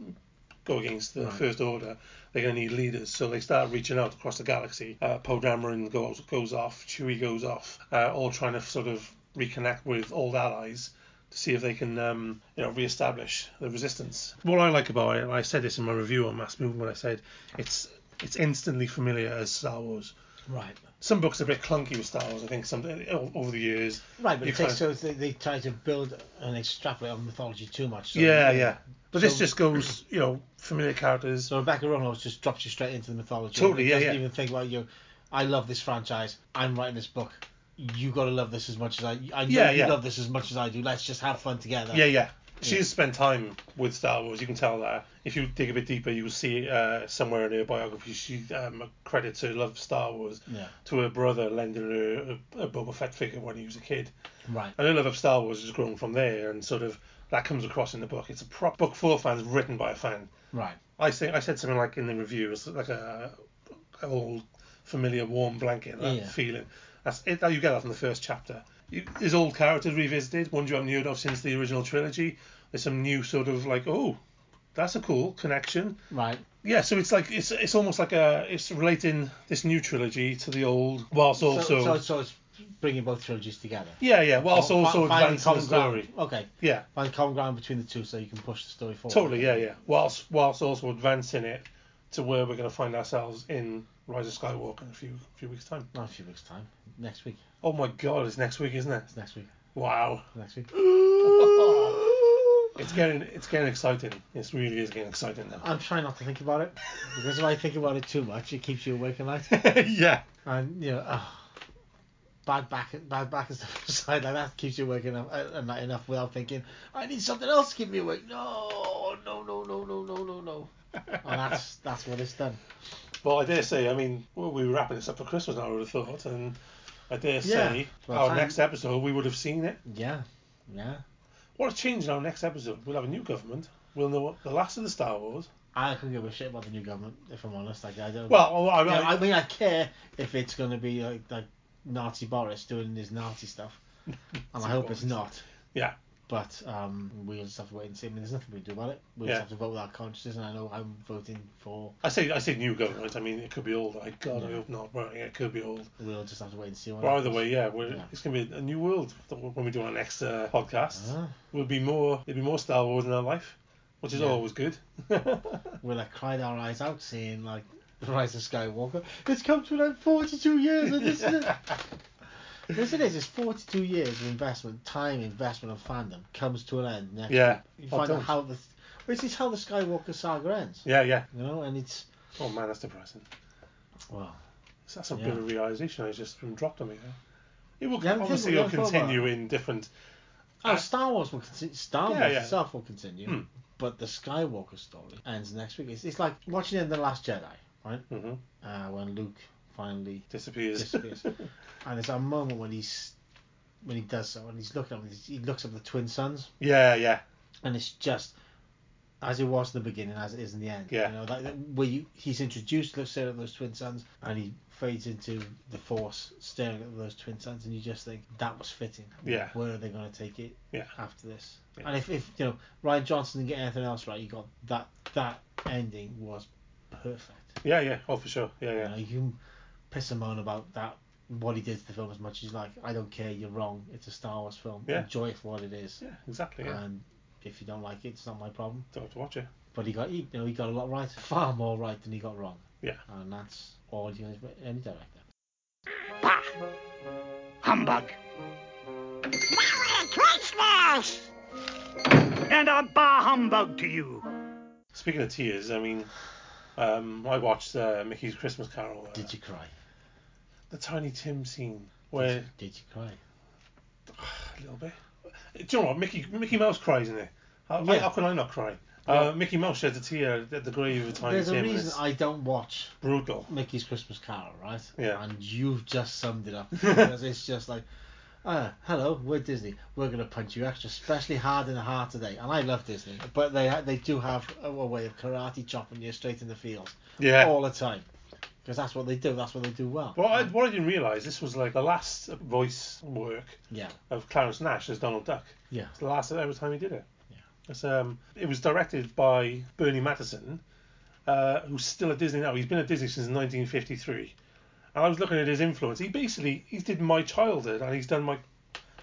A: go against the
B: Right.
A: First Order. They're going to need leaders. So they start reaching out across the galaxy. Uh, Poe Dameron goes goes off. Chewie goes off. Uh, all trying to sort of reconnect with old allies to see if they can um, you know re-establish the resistance. What I like about it, and I said this in my review on Mass Movement, I said it's it's instantly familiar as Star Wars.
B: Right.
A: Some books are a bit clunky with Star Wars, I think. Some o- over the years.
B: Right, but
A: You
B: it takes,
A: can't-
B: so they, they try to build and extrapolate on mythology too much. So
A: yeah, yeah. But this
B: So-
A: just goes, you know, familiar characters.
B: So Rebecca Romanos just drops you straight into the mythology.
A: Totally,
B: It
A: yeah,
B: doesn't
A: yeah.
B: even think about you. I love this franchise. I'm writing this book. You got to love this as much as I. I know
A: Yeah,
B: you
A: yeah.
B: love this as much as I do. Let's just have fun together.
A: Yeah, yeah. She
B: Yeah.
A: has spent time with Star Wars. You can tell that. If you dig a bit deeper, you will see uh, somewhere in her biography she um, credits her love for Star Wars
B: Yeah.
A: to her brother lending her a, a Boba Fett figure when he was a kid.
B: Right.
A: And her love of Star Wars has grown from there, and sort of that comes across in the book. It's a prop book for fans, written by a fan.
B: Right.
A: I think I said something like in the review, it's like a, a old familiar warm blanket, that
B: Yeah.
A: feeling. That's it. You get that from the first chapter. You, there's old characters revisited, ones you haven't heard of since the original trilogy. There's some new sort of like, oh, that's a cool connection.
B: Right.
A: Yeah, so it's like it's it's almost like a it's relating this new trilogy to the old, whilst also
B: so, so, so it's bringing both trilogies together.
A: yeah yeah, whilst
B: Fi-
A: also
B: finding
A: advancing the
B: common ground.
A: story.
B: Okay.
A: Yeah,
B: Find common ground between the two so you can push the story forward.
A: totally. Yeah, yeah. Whilst whilst also advancing it to where we're going to find ourselves in Rise of Skywalker in a few few weeks time.
B: Not a few weeks time. Next week.
A: Oh my god, it's next week, isn't it?
B: It's next week.
A: Wow.
B: Next week.
A: It's getting it's getting exciting. It really is getting exciting now.
B: I'm trying not to think about it because if I think about it too much, it keeps you awake at night.
A: yeah.
B: And you know, oh, bad back, bad back and stuff aside, like that keeps you awake enough at at night enough without thinking, I need something else to keep me awake. No, no, no, no, no, no, no, no. And Oh, that's that's what it's done.
A: Well, I dare say, I mean, we'll be wrapping this up for Christmas now, I would have thought, and I dare say,
B: Well,
A: our
B: thank-
A: next episode, we would have seen it.
B: Yeah, yeah.
A: What's changed in our next episode? We'll have a new government. We'll know what the last of the Star Wars.
B: I couldn't give a shit about the new government if I'm honest. Like I don't.
A: Well, I, I,
B: Yeah, I mean, I care if it's gonna be like, like Nazi Boris doing his Nazi stuff, and I hope it's not.
A: Yeah.
B: But um, we'll just have to wait and see. I mean, there's nothing we can do about it. We
A: Yeah.
B: just have to vote with our consciences, and I know I'm voting for.
A: I say I say new government. I mean, it could be old. I God, I
B: Yeah.
A: hope not. But yeah, it could be old.
B: We'll just have to wait and see. what
A: But either
B: happens.
A: way, yeah, we're,
B: Yeah.
A: it's gonna be a new world when we do our next uh, podcast.
B: Ah.
A: We'll be more. There'll be more Star Wars in our life, which is
B: Yeah.
A: always good.
B: we like cried our eyes out seeing like the rise of Skywalker. It's come to like 42 years and this is it. This it is. It's 42 years of investment, time, investment, of fandom comes to an end next.
A: Yeah.
B: Week. You
A: Oh,
B: find out
A: don't.
B: how the. This is how the Skywalker saga ends.
A: yeah, yeah.
B: You know, and it's
A: Oh man, that's depressing.
B: well.
A: So that's a
B: Yeah.
A: bit of a realization I just been dropped on me. There. It will
B: Yeah, I don't think
A: obviously
B: we
A: it'll
B: ever thought about
A: continue in different.
B: Oh,
A: Uh,
B: Star Wars will continue. Star
A: Yeah,
B: Wars
A: yeah.
B: itself will continue,
A: Hmm.
B: but the Skywalker story ends next week. It's, it's like watching the end of the Last Jedi, right?
A: Mhm.
B: Uh, when Luke finally
A: Disappears.
B: disappears. and there's a moment when he's when he does so, and he's looking up, he looks up at the twin sons,
A: yeah, yeah,
B: and it's just as it was in the beginning, as it is in the end.
A: Yeah.
B: You know, like that- where you, he's introduced, looks at those twin sons, and he fades into the force, staring at those twin sons, and you just think that was fitting.
A: Yeah.
B: Where are they going to take it?
A: Yeah.
B: After this,
A: Yeah.
B: and if, if you know Ryan Johnson didn't get anything else right, you got that that ending was perfect.
A: yeah, yeah. Oh, for sure. Yeah,
B: You,
A: yeah.
B: know, you can piss and moan about that, what he did to the film as much as you like. I don't care, you're wrong. It's a Star Wars film.
A: Yeah.
B: Enjoy it for what it is.
A: Yeah, exactly. Yeah.
B: And if you don't like it, it's not my problem.
A: Don't have to watch it.
B: But he got, he, you know, he got a lot right. Far more right than he got wrong.
A: Yeah.
B: And that's all you can any director.
H: Bah! Humbug! Merry Christmas! And a bah humbug to you!
A: Speaking of tears, I mean, um, I watched uh, Mickey's Christmas Carol. Uh,
B: Did you cry?
A: The Tiny Tim scene
B: Did
A: where
B: you, did you cry?
A: a little bit. Uh, Do you know what Mickey Mickey Mouse cries in it? How,
B: Yeah.
A: how can I not cry? Uh, Mickey Mouse sheds a tear at the grave of Tiny
B: There's
A: Tim.
B: a
A: and
B: reason
A: it's
B: I Oh. don't watch
A: brutal.
B: Mickey's Christmas Carol, right?
A: Yeah.
B: And you've just summed it up because it's just like, ah, hello, we're Disney. We're gonna punch you extra, especially hard in the heart today. And I love Disney, but they they do have a, a way of karate chopping you straight in the field
A: Yeah.
B: all the time because that's what they do. That's what they do well.
A: Well, I, what I didn't realise, this was like the last voice work
B: Yeah.
A: of Clarence Nash as Donald Duck.
B: Yeah.
A: It's the last every time he did it.
B: Yeah.
A: It's, um, it was directed by Bernie Matterson, uh, who's still at Disney now. He's been at Disney since 1953. And I was looking at his influence. He basically he did my childhood, and he's done my.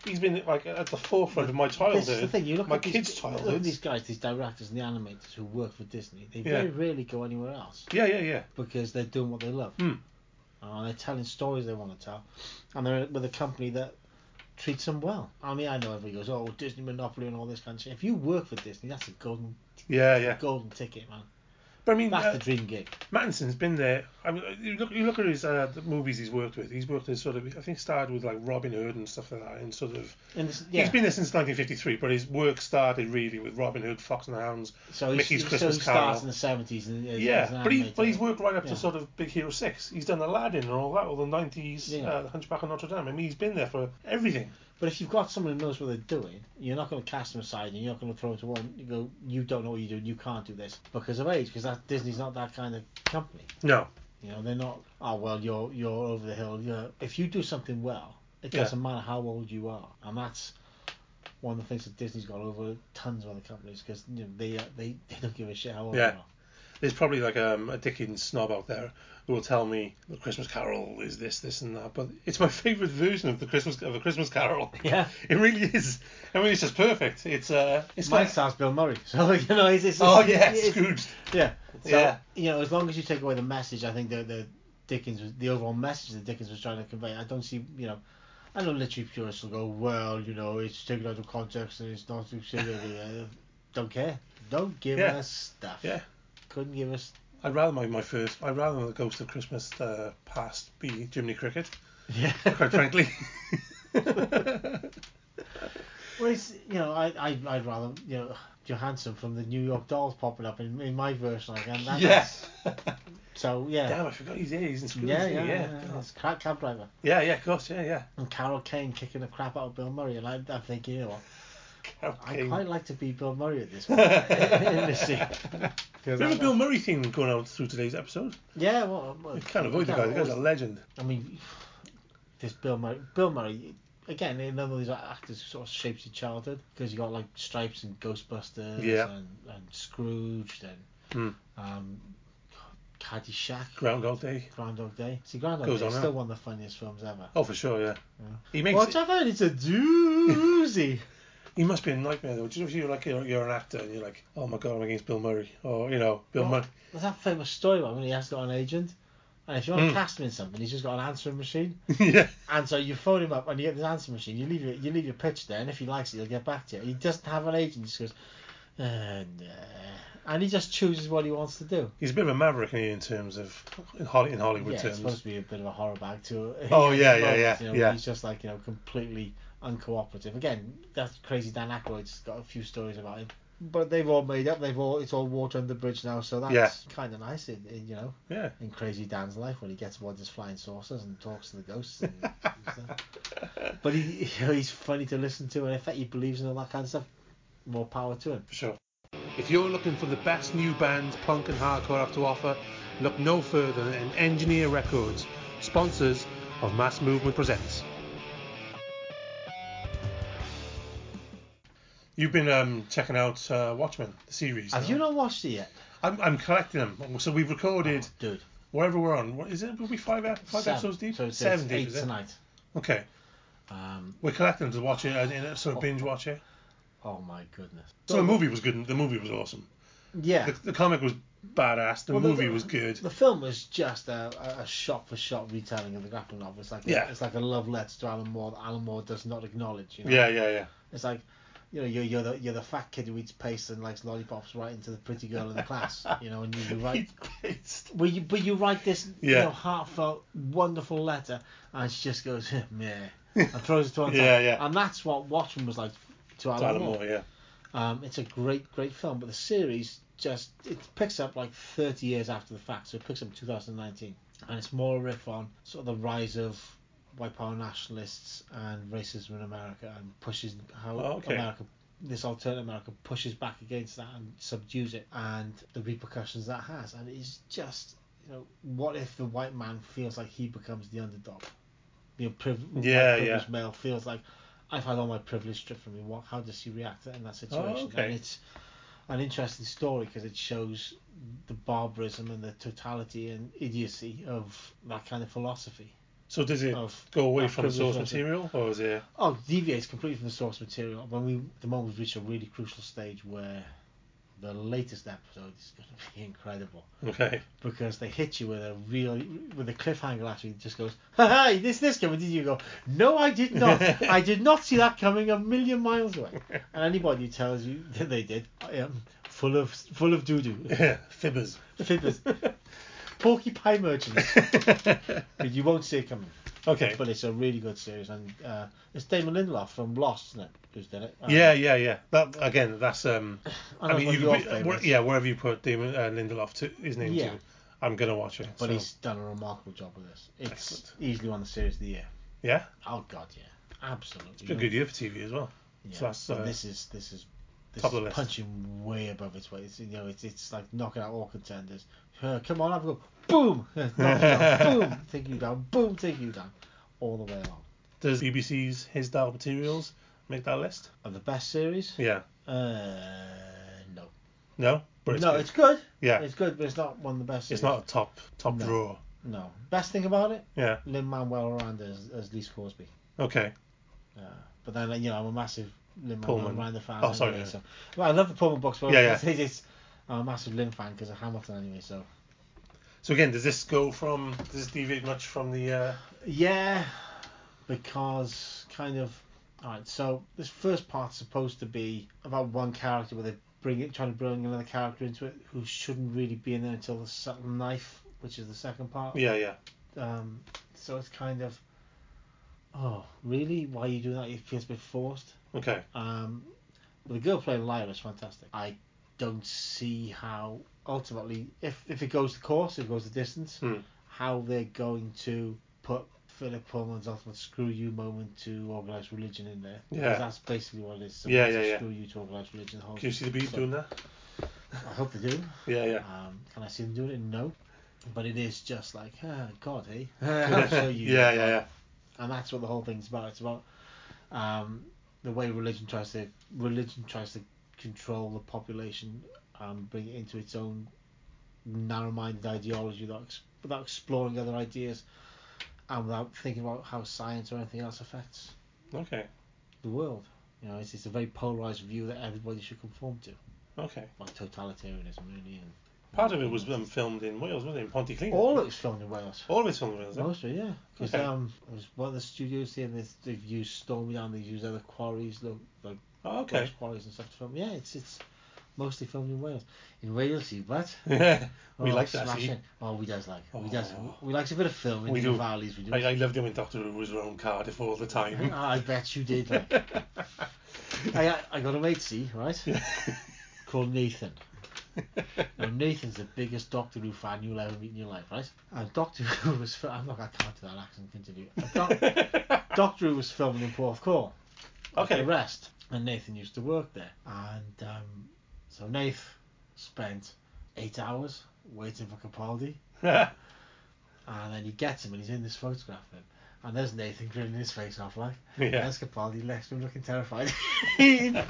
A: He's been like at the forefront of my childhood.
B: This is the thing. You look
A: my
B: at these,
A: kids'
B: look at
A: childhood.
B: these guys, these directors and the animators who work for Disney. They
A: Yeah.
B: very rarely go anywhere else.
A: Yeah, yeah, yeah.
B: because they're doing what they love.
A: Hmm.
B: Uh, they're telling stories they want to tell, and they're with a company that treats them well. I mean, I know everybody goes, "Oh, Disney monopoly and all this kind of shit." If you work for Disney, that's a golden,
A: Yeah, yeah.
B: golden ticket, man.
A: But I mean,
B: That's
A: uh,
B: the dream gig.
A: Mattenson's been there. I mean, you look, you look at his uh, the movies he's worked with. He's worked as sort of, I think, started with like Robin Hood and stuff like that, and sort of.
B: And it's, yeah,
A: He's been there since 1953, but his work started really with Robin Hood, Fox and the Hounds.
B: so he's,
A: Mickey's
B: so
A: Christmas
B: he starts
A: Carol.
B: in the seventies and as- as
A: yeah,
B: an
A: but he
B: animator.
A: but he's worked right up
B: Yeah.
A: to sort of Big Hero Six. He's done Aladdin and all that, all the 90s,
B: Yeah.
A: uh, The Hunchback of Notre Dame. I mean, he's been there for everything.
B: But if you've got someone who knows what they're doing, you're not going to cast them aside and you're not going to throw them to one. You go, you don't know what you're doing. You can't do this because of age. Because that Disney's not that kind of company.
A: No.
B: You know, they're not. Oh well, you're you're over the hill. You're, if you do something well, it
A: Yeah.
B: doesn't matter how old you are, and that's one of the things that Disney's got over tons of other companies because you know, they, uh, they they don't give a shit how old
A: Yeah.
B: you are.
A: There's probably like um, a Dickens snob out there who will tell me the Christmas Carol is this, this, and that, but it's my favourite version of the Christmas of a Christmas Carol.
B: Yeah.
A: It really is. I mean, it's just perfect. It's uh, it's
B: Mine
A: like,
B: stars Bill Murray, so you know it's, it's
A: oh
B: it's-
A: yeah,
B: it's-
A: Scrooge.
B: yeah, so,
A: Yeah.
B: You know, as long as you take away the message, I think the the Dickens was the overall message that Dickens was trying to convey. I don't see you know. I know literary purists will go, well, you know, it's taken out of context and it's not too serious. Uh, don't care. Don't give
A: Yeah.
B: us stuff.
A: Yeah.
B: Couldn't give us
A: I'd rather my, my first. I'd rather the Ghost of Christmas uh, Past be Jiminy Cricket.
B: Yeah.
A: Quite frankly.
B: Well, it's, you know, I, I, I'd rather, you know, Johansson from the New York Dolls popping up in, in my version. Like, and that,
A: yes.
B: So, yeah.
A: Damn, I forgot he's here. He's in Scrooge.
B: yeah, yeah,
A: isn't
B: yeah,
A: he?
B: yeah,
A: God.
B: It's cab, cab driver.
A: Yeah, yeah, of course, yeah, yeah.
B: And Carol Kane kicking the crap out of Bill Murray. And I'm, I'm thinking, you know what?
A: Okay.
B: I'd quite like to be Bill Murray at this point in this scene. 'Cause
A: We have
B: I'm-
A: a Bill Murray thing going on through today's episode.
B: Yeah, well, well
A: We can't avoid the guy. The guy's a legend.
B: I mean, this Bill Murray. Bill Murray. again, another of these actors who sort of shapes your childhood because you got like Stripes and Ghostbusters
A: Yeah.
B: and, and Scrooge and
A: Mm.
B: um, Caddyshack,
A: Groundhog Day.
B: Groundhog Day. See, Groundhog
A: Goes
B: Day
A: on,
B: is
A: huh?
B: still one of the funniest films ever.
A: Oh, for sure, yeah.
B: Yeah.
A: He makes
B: Watch
A: it,
B: out, it's a doozy.
A: he must be a nightmare though. Do you know if you're like you're, you're an actor and you're like, oh my god, I'm against Bill Murray, or you know, Bill
B: Well,
A: Murray.
B: There's that famous story about when he has got an agent, and if you want
A: Mm.
B: to cast him in something, he's just got an answering machine,
A: yeah,
B: and so you phone him up and you get this answering machine. You leave your you leave your pitch there, and if he likes it, he'll get back to you. He doesn't have an agent, he just goes, uh, nah. and he just chooses what he wants to do.
A: he's a bit of a maverick in, in terms of in Holly in Hollywood
B: yeah, it's supposed
A: terms.
B: to be a bit of a horror bag too.
A: Oh, yeah,
B: At
A: yeah,
B: the moment,
A: yeah,
B: you know,
A: yeah.
B: He's just like you know completely uncooperative. Again, that's crazy. Dan Aykroyd's got a few stories about him, but they've all made up. They've all it's all water under the bridge now, so that's kind of nice. In, in, you know,
A: Yeah,
B: in Crazy Dan's life when he gets aboard his flying saucers and talks to the ghosts. And stuff. But he you know, he's funny to listen to, and in fact he believes in all that kind of stuff. More power to him.
A: for sure. If you're looking for the best new bands punk and hardcore have to offer, look no further than Engineer Records, sponsors of Mass Movement Presents. You've been um, checking out uh, Watchmen, the series.
B: Have
A: now.
B: you not watched it yet,
A: I'm, I'm collecting them. So we've recorded
B: Oh, dude?
A: whatever we're on. What is it? Will we five, ep- five
B: Seven.
A: episodes deep?
B: So it's
A: Seven
B: seven
A: deep,
B: eight
A: is it?
B: tonight.
A: Okay.
B: Um,
A: We're collecting them to watch it uh, and, and sort of binge watch it.
B: oh my goodness.
A: So the movie was good. The movie was awesome.
B: Yeah.
A: The, the comic was badass. The
B: Well, the-
A: movie
B: the-
A: was good.
B: The film was just a, a- a shot for shot retelling of the grappling novel. It's like a,
A: Yeah.
B: it's like a love letter to Alan Moore that Alan Moore does not acknowledge. You know?
A: Yeah, yeah, yeah.
B: It's like, you know, you're, you're the you're the fat kid who eats paste and likes lollipops right into the pretty girl in the class. You know, and you, you write.
A: It's-
B: Well, you, but you write this,
A: Yeah.
B: you know, heartfelt, wonderful letter, and she just goes, meh, and throws it to one side.
A: Yeah, yeah.
B: And that's what Watchmen was like to Alan,
A: Alan
B: Moore.
A: Moore, yeah.
B: Um, it's a great, great film, but the series just it picks up like 30 years after the fact, so it picks up in 2019, and it's more a riff on sort of the rise of white power nationalists and racism in America, and pushes how
A: Oh, okay.
B: America, this alternate America, pushes back against that and subdues it, and the repercussions that has, and it's just you know what if the white man feels like he becomes the underdog, you know, priv- white
A: Yeah, yeah.
B: privileged male feels like. I've had all my privilege stripped from me. What? How does he react in that situation?
A: Oh, okay.
B: And it's an interesting story because it shows the barbarism and the totality and idiocy of that kind of philosophy.
A: So does it
B: Of
A: go away
B: of
A: from the source
B: privilege,
A: material, or is it?
B: Oh, deviates completely from the source material. When we, the moment we reach a really crucial stage where the latest episode is going to be incredible
A: Okay.
B: because they hit you with a real with a cliffhanger last week. that Just goes, hey, this this coming? Did you go? No, I did not. I did not see that coming a million miles away. And anybody who tells you that they did, I am full of full of doo doo.
A: Yeah, fibbers.
B: Fibbers. Porky Pie Merchants. but you won't see it coming.
A: Okay.
B: But it's a really good series, and uh, it's Damon Lindelof from Lost, isn't it? Who's done it? Um,
A: yeah, yeah, yeah. That again, that's um.
B: I,
A: I, mean, you could
B: your
A: be, where,
B: favourites,
A: yeah, wherever you put Damon uh, Lindelof to his name
B: Yeah.
A: to, I'm gonna watch it.
B: But
A: so.
B: he's done a remarkable job with this. It's
A: Excellent.
B: easily won the series of the year.
A: yeah,
B: Oh God, yeah, absolutely.
A: it's been a good year for TV as well.
B: Yeah.
A: So that's,
B: But
A: uh,
B: this is this is this
A: top
B: is
A: of the list.
B: punching way above its weight. It's, you know, it's it's like knocking out all contenders. Uh, come on, have a go. Boom, knock you down. Boom, take you down. Boom, take you down. All the way along.
A: Does BBC's His Dark Materials make that list?
B: Of the best series?
A: Yeah.
B: Uh, no.
A: No. But it's
B: no,
A: good.
B: it's good.
A: yeah. It's,
B: It's good, but it's not one of the best. series.
A: not a top top
B: No.
A: drawer.
B: No. Best thing about it,
A: Yeah.
B: Lin Manuel Miranda as, as Lee Crosby.
A: Okay.
B: Uh, but then, like, you know, I'm a massive Lin Manuel
A: Pullman.
B: Miranda fan.
A: Oh, sorry,
B: anyway,
A: yeah.
B: so. well, I love the Pullman box, but
A: Yeah,
B: yeah,
A: yeah.
B: I'm a massive Lin fan because of Hamilton anyway. So
A: So again, does this go from does this deviate much from the? Uh,
B: Yeah, because kind of. Alright, so this first part's supposed to be about one character where they bring it, trying to bring another character into it who shouldn't really be in there until the subtle knife, which is the second part.
A: yeah, yeah.
B: Um, so it's kind of. Oh, really? Why are you doing that? It feels a bit forced.
A: Okay.
B: Um, the girl playing Lyra is fantastic. I don't see how ultimately, if if it goes the course, if it goes the distance,
A: Hmm.
B: how they're going to put Philip Pullman's ultimate screw you moment to organized religion in there. Because
A: Yeah.
B: that's basically what it is. So
A: Yeah,
B: it's a
A: yeah, yeah.
B: Screw you to organized religion. the whole
A: Can you see the
B: thing.
A: bees
B: So
A: doing that?
B: I hope they do.
A: Yeah, yeah.
B: Um, can I see them doing it? No. But it is just like, ah, God, eh? I'll show you.
A: yeah, yeah, yeah.
B: And that's what the whole thing's about. It's about um, the way religion tries to religion tries to control the population and bring it into its own narrow-minded ideology without, ex- without exploring other ideas and without thinking about how science or anything else affects
A: Okay.
B: the world. You know, it's, it's a very polarized view that everybody should conform to,
A: Okay.
B: like totalitarianism, really. And
A: Part of it was um, filmed in Wales, wasn't it? In Pontyclean.
B: all of it's filmed in Wales.
A: All of it's filmed in Wales. eh?
B: Mostly, yeah. Because
A: Okay.
B: um, it was one of the studios here, and they've, they've used Stormy Down, they've used other quarries, lo- like
A: Oh,
B: Welsh
A: okay.
B: quarries and stuff to film. Yeah, it's it's mostly filmed in Wales. In Wales, you what?
A: Yeah. We like that,
B: smashing.
A: see?
B: Oh, we does like. We does.
A: Oh.
B: We likes a bit of film in
A: We
B: the
A: do.
B: valleys. We do.
A: I, I loved him in Doctor Who was around Cardiff all the time.
B: I, I bet you did. Like. I, I- I got a mate, see, right? Called Nathan. Now Nathan's the biggest Doctor Who fan you'll ever meet in your life, right? And Doctor Who was. Fi- I'm not. I can't do that accent. Continue. Doc- Doctor Who was filming in Porthcawl.
A: okay.
B: The rest. And Nathan used to work there. And um, so Nath spent eight hours waiting for Capaldi. And then he gets him and he's in this photograph of him. And there's Nathan grinning his face off like.
A: Yeah.
B: There's Capaldi left him looking terrified. He's like,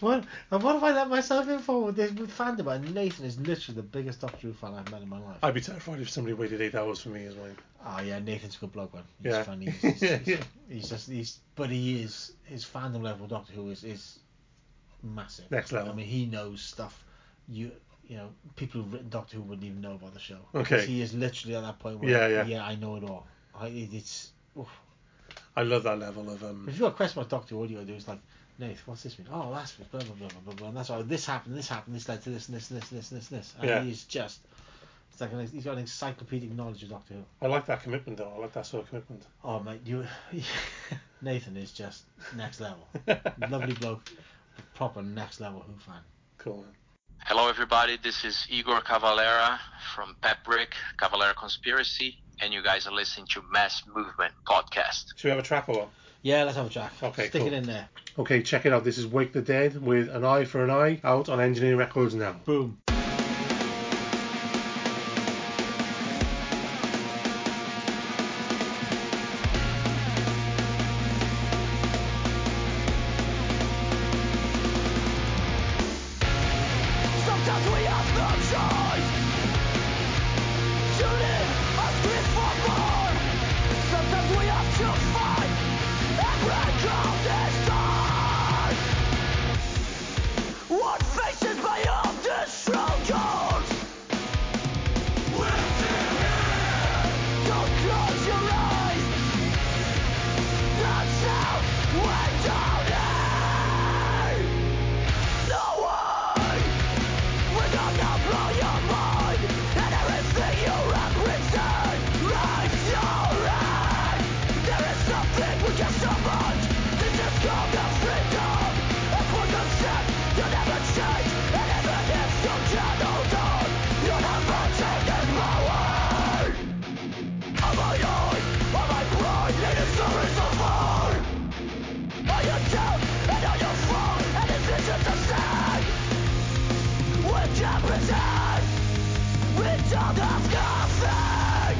B: what? And what have I let myself in for with this with fandom? And Nathan is literally the biggest Doctor Who fan I've met in my life.
A: I'd be terrified if somebody waited eight hours for me as well.
B: Ah, yeah, Nathan's a good bloke, man. He's
A: Yeah.
B: funny. He's, he's,
A: Yeah.
B: he's just he's, but he is his fandom level of Doctor Who is is massive.
A: Next level.
B: I mean, he knows stuff you you know people who've written Doctor Who wouldn't even know about the show.
A: Okay.
B: he is literally at that point where
A: Yeah, yeah.
B: I know it all. I it, it's oof.
A: I love that level of um.
B: if you've got a question about Doctor Who, all you gotta do is like. Nathan, what's this mean? Oh, that's blah blah blah blah blah. blah. And that's why this happened, this happened, this led to this, and this, and this, and this, and this, and this. And
A: Yeah.
B: he's just, it's like an, he's got an encyclopedic knowledge of Doctor Who.
A: I like that commitment though. I like that sort of commitment.
B: Oh mate, you Nathan is just next level. Lovely bloke, proper next level Who fan.
A: Cool. Man.
I: Hello, everybody. This is Igor Cavalera from Peprick, Cavalera Conspiracy, and you guys are listening to Mass Movement Podcast.
A: Should we have a track or what?
B: Yeah, let's have a track.
A: Okay,
B: stick
A: cool.
B: it in there.
A: Okay, check it out. This is Wake the Dead with An Eye for an Eye out on Engineering Records now.
B: Boom.
F: Sometimes we have no choice. Shooting us with for more. Sometimes we have to fight and break out this time. What faces my own strongholds? Don't close your eyes. That's how we do it. No way. We're gonna blow your mind and everything you represent. Raise your hand. There is something we can summon. This is called the freedom. A poor concept you never change, and even if you can hold on, you never take it forward. Am I yours? Am I blind? It is the reason for. Are you down and are you fall? And is this just a sign? Which represent Which of us nothing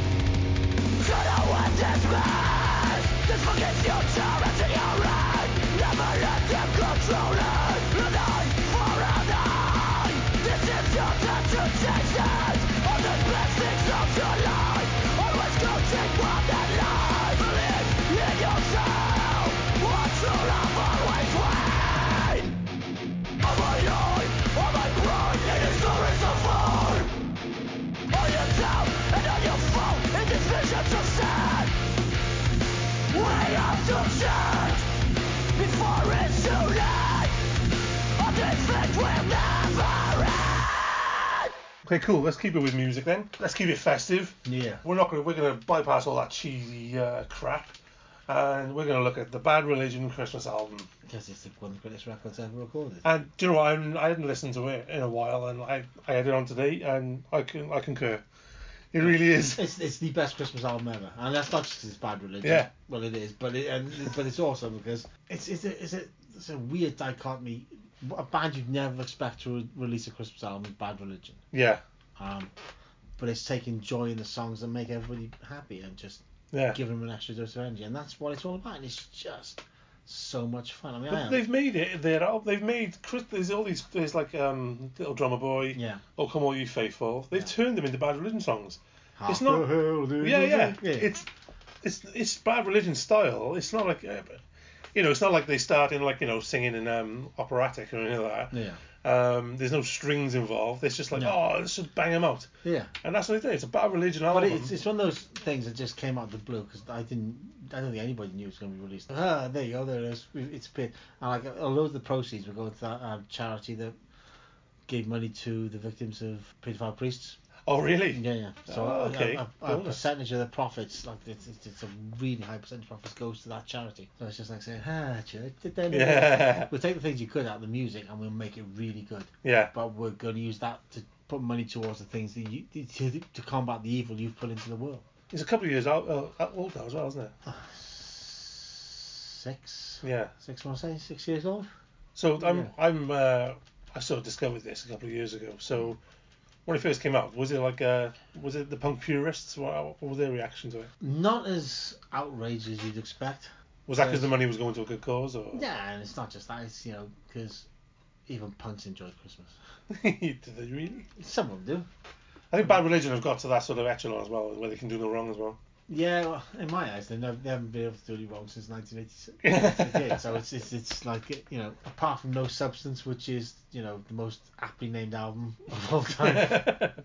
F: So know what this means This fucking future is in your hand Never let them control it An eye for an eye This is your time to change it All the blessings of your life Always go take one and life Believe in yourself What true love always wins Am I yours? Am I blind? It is the reason for. Are you down and are you fall in this vision to stand? We have to change before it's too late. Or this fate will never end.
A: Okay, cool. Let's keep it with music then. Let's keep it festive.
B: Yeah.
A: We're not gonna we're gonna bypass all that cheesy uh, crap, and we're gonna look at the Bad Religion Christmas album.
B: Because it's one of the greatest records ever recorded.
A: And do you know what? I'm, I hadn't listened to it in a while, and I I had it on today, and I can I concur. It really is.
B: It's it's the best Christmas album ever, and that's not just 'cause it's bad religion.
A: Yeah.
B: Well, it is, but it and but it's also because it's it's a it's a, it's a weird dichotomy. A band you'd never expect to re- release a Christmas album is Bad Religion.
A: Yeah.
B: Um, but it's taking joy in the songs that make everybody happy and just
A: Yeah.
B: give them an extra dose of energy, and that's what it's all about. And it's just so much fun. I mean, I
A: But
B: am-
A: they've made it. They're all- they've made. Chris, there's all these. There's like um, little drummer boy.
B: yeah,
A: Oh come all you faithful. They've
B: Yeah.
A: turned them into bad religion songs. It's
B: Half
A: not-
B: the hell do
A: Yeah,
B: you
A: yeah.
B: think?
A: It's it's it's bad religion style. It's not like. Uh, you know, it's not like they start in like you know singing in um, operatic or anything like that.
B: yeah,
A: Um, there's no strings involved. It's just like
B: No.
A: oh, let's just bang them out,
B: yeah.
A: and that's what they did. It's a bad religion album.
B: But it's, it's one of those things that just came out of the blue because I didn't, I don't think anybody knew it was going to be released. Ah, there you go, there it is. We've- It's appeared. And like a lot of the proceeds were going to that um, charity that gave money to the victims of pedophile priests.
A: oh really?
B: Yeah, yeah. So
A: Oh,
B: a-
A: okay.
B: a, a, a
A: Bonus.
B: percentage of the profits, like it's, it's, it's a really high percentage of profits, goes to that charity. So it's just like saying, ah, church, did them-
A: Yeah.
B: We'll take the things you could out of the music and we'll make it really good
A: Yeah.
B: but we're going to use that to put money towards the things that you to, to combat the evil you've put into the world.
A: It's a couple of years out, uh, old now as well, isn't it?
B: Six,
A: Yeah.
B: six, I want to say, six years old.
A: So I'm
B: Yeah.
A: I'm uh, I sort of discovered this a couple of years ago. So when it first came out, was it like uh, was it the punk purists? What, what was their reaction to it?
B: Not as outraged as you'd expect.
A: Was that
B: Yeah.
A: because the money was going to a good cause or?
B: Yeah, and it's not just that. It's you know because even punks enjoy Christmas.
A: Did they really?
B: Some of them do.
A: I think Bad Religion have got to that sort of echelon as well, where they can do no wrong as well.
B: Yeah, well, in my eyes, they, never, they haven't been able to do any wrong since 1986. Yeah, so it's, it's it's like you know, apart from No Substance, which is you know the most aptly named album of all time.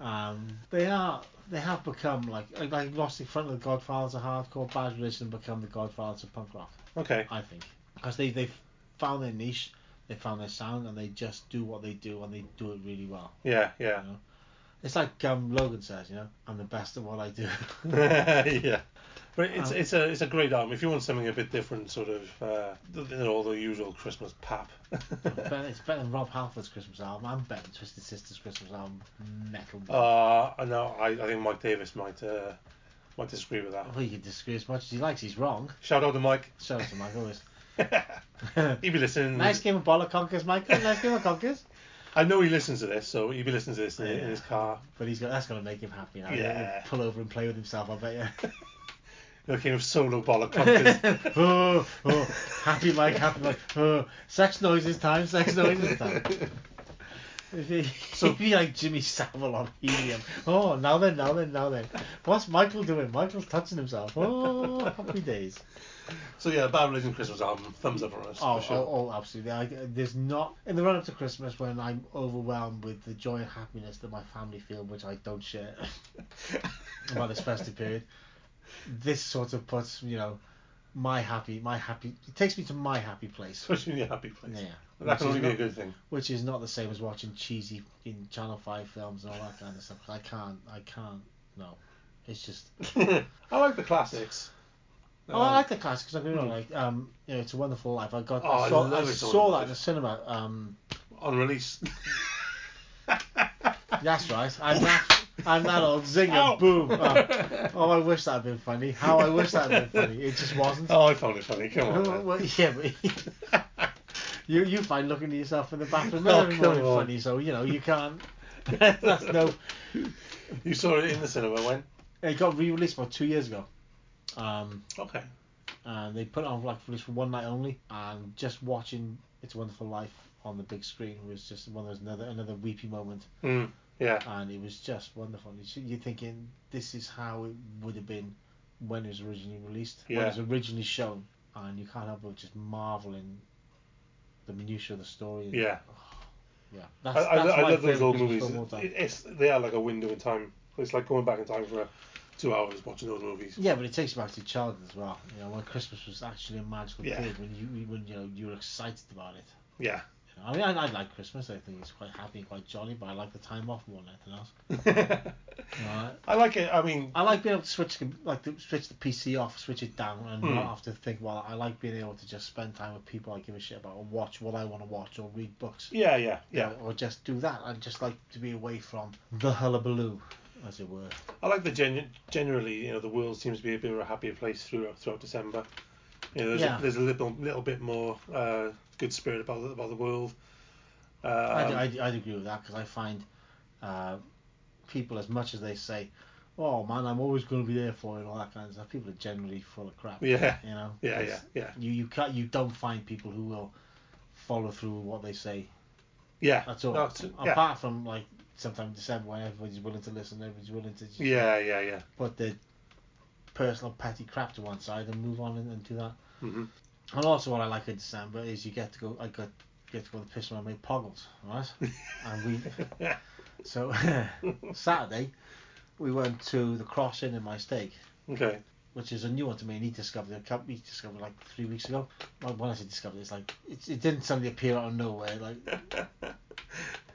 B: Um, they are. They have become like like, like lost in front of the Godfathers of hardcore bad religion and become the Godfathers of punk rock.
A: okay.
B: I think because they they've found their niche, they found their sound, and they just do what they do and they do it really well.
A: Yeah. Yeah.
B: It's like um, Logan says, you know, I'm the best at what I do.
A: yeah. But it's
B: Um,
A: it's a it's a great album. If you want something a bit different, sort of uh, th- you know, all the usual Christmas pap.
B: Better- it's better than Rob Halford's Christmas album. I'm better than Twisted Sister's Christmas album. Metal.
A: Uh, I know. I, I think Mike Davis might uh, might disagree with that.
B: well, you can disagree as much as he likes. He's wrong.
A: Shout out to Mike.
B: Shout out to Mike always.
A: He'd be listening.
B: nice game of Ball Conkers, Michael. Nice game of Conkers.
A: I know he listens to this, so he'd be listening to this in, in his
B: Yeah.
A: car.
B: But he's got that's gonna make him happy now.
A: Yeah.
B: He'll pull over and play with himself. I bet you.
A: Looking with solo bollock conkers.
B: oh, oh, happy Mike, happy Mike. Oh, sex noises time, sex noises time. If he-
A: So-
B: He'd be like Jimmy Savile on helium. Oh, now then, now then, now then. What's Michael doing? Michael's touching himself. Oh, happy days.
A: so yeah, Bad Religion Christmas album. Thumbs up on us.
B: Oh,
A: for sure.
B: oh, oh, absolutely. I, there's not in the run up to Christmas when I'm overwhelmed with the joy and happiness that my family feel, which I don't share about this festive period. This sort of puts you know my happy, my happy. It takes me to my happy place.
A: Puts you in your happy place.
B: Yeah,
A: That can only
B: Which is
A: be a
B: not-
A: good thing.
B: which is not the same as watching cheesy in Channel Five films and all that kind of stuff. 'cause I can't, I can't. No, it's just.
A: I like the classics.
B: Oh,
A: Uh,
B: I like the classics. Don't get me wrong.
A: hmm.
B: Like, um, you know, it's a Wonderful Life. I got,
A: Oh,
B: I
A: I
B: saw, I
A: love It's a
B: saw
A: Wonderful
B: that in the cinema. Um,
A: Uh, on release.
B: That's right. I'm that. I'm that old zinger.
A: Ow.
B: Boom. Oh, Oh, I wish that had been funny. How I wish that had been funny. It just wasn't.
A: oh, I found it funny. Come on. man.
B: well, yeah, but you you find looking at yourself in the bathroom mirror
A: Oh,
B: every
A: come
B: morning
A: on.
B: funny. So you know you can't. That's no.
A: You saw it in the cinema when?
B: It got re-released about two years ago. Um,
A: Okay.
B: and they put it on like release for one night only. And just watching It's a Wonderful Life on the big screen was just one of those another another weepy moment.
A: Mm, yeah.
B: and it was just wonderful. You see- You're thinking this is how it would have been when it was originally released, when
A: Yeah.
B: it was originally shown, and you can't help but just marvel in the minutia of the story. And,
A: Yeah.
B: yeah.
A: I,
B: That's,
A: I,
B: that's
A: I love
B: my
A: those
B: favourite
A: old
B: Christmas
A: movies.
B: film of all time.
A: It- it's they are like a window in time. It's like going back in time for uh, two hours watching those movies.
B: Yeah, but it takes you back to childhood as well. You know, when Christmas was actually a magical
A: Yeah.
B: period when you when you know you were excited about it.
A: Yeah.
B: You know, I mean, I, I like Christmas. I think it's quite happy, and quite jolly, but I like the time off more than anything else. You know, I-
A: I like it. I mean,
B: I like being able to switch com- like to switch the PC off, switch it down, and
A: Hmm.
B: not have to think. Well, I like being able to just spend time with people I give a shit about, or watch what I want to watch, or read books,
A: yeah, yeah,
B: you
A: yeah.
B: know, or just do that. I just like to be away from the hullabaloo, as it were.
A: I like the gen- generally, you know, the world seems to be a bit of a happier place throughout throughout December. You know, there's,
B: Yeah.
A: a, there's a little little bit more uh, good spirit about the, about the world. Um,
B: I'd, I'd, I'd agree with that because I find uh, people, as much as they say, oh man, I'm always going to be there for you and all that kind of stuff. People are generally full of crap.
A: Yeah.
B: You know.
A: Yeah,
B: It's-
A: yeah, yeah.
B: You you can't you don't find people who will follow through with what they say.
A: Yeah.
B: That's all.
A: No, it's- yeah.
B: Apart from like sometime in December when everybody's willing to listen, everybody's willing to just
A: yeah, yeah, yeah.
B: put their personal petty crap to one side and move on and, and do that.
A: Mhm.
B: And also, what I like in December is you get to go. I got get to go to the piss when I made poggles, right? and we so Saturday we went to the Cross Inn in my steak
A: Okay.
B: which is a new one to me, and he discovered it. Cap- He discovered it like three weeks ago. Well, when I say discovered, it's like it's, it didn't suddenly appear out of nowhere. Like,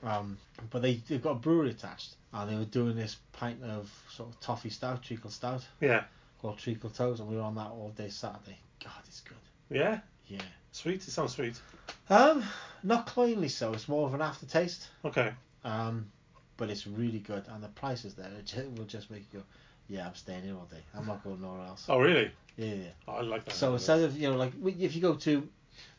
B: um, but they they've got a brewery attached, and they were doing this pint of sort of toffee stout, treacle stout
A: Yeah.
B: called Treacle Toes, and we were on that all day Saturday. God, it's good.
A: Yeah.
B: Yeah.
A: Sweet. It sounds sweet.
B: Um, not cloyingly so. It's more of an aftertaste.
A: Okay.
B: Um, but it's really good, and the prices there it ju- will just make you go, yeah, I'm staying here all day. I'm not going nowhere else.
A: Oh, really?
B: Yeah, yeah. yeah.
A: Oh, I like that.
B: So instead of you know like w- if you go to,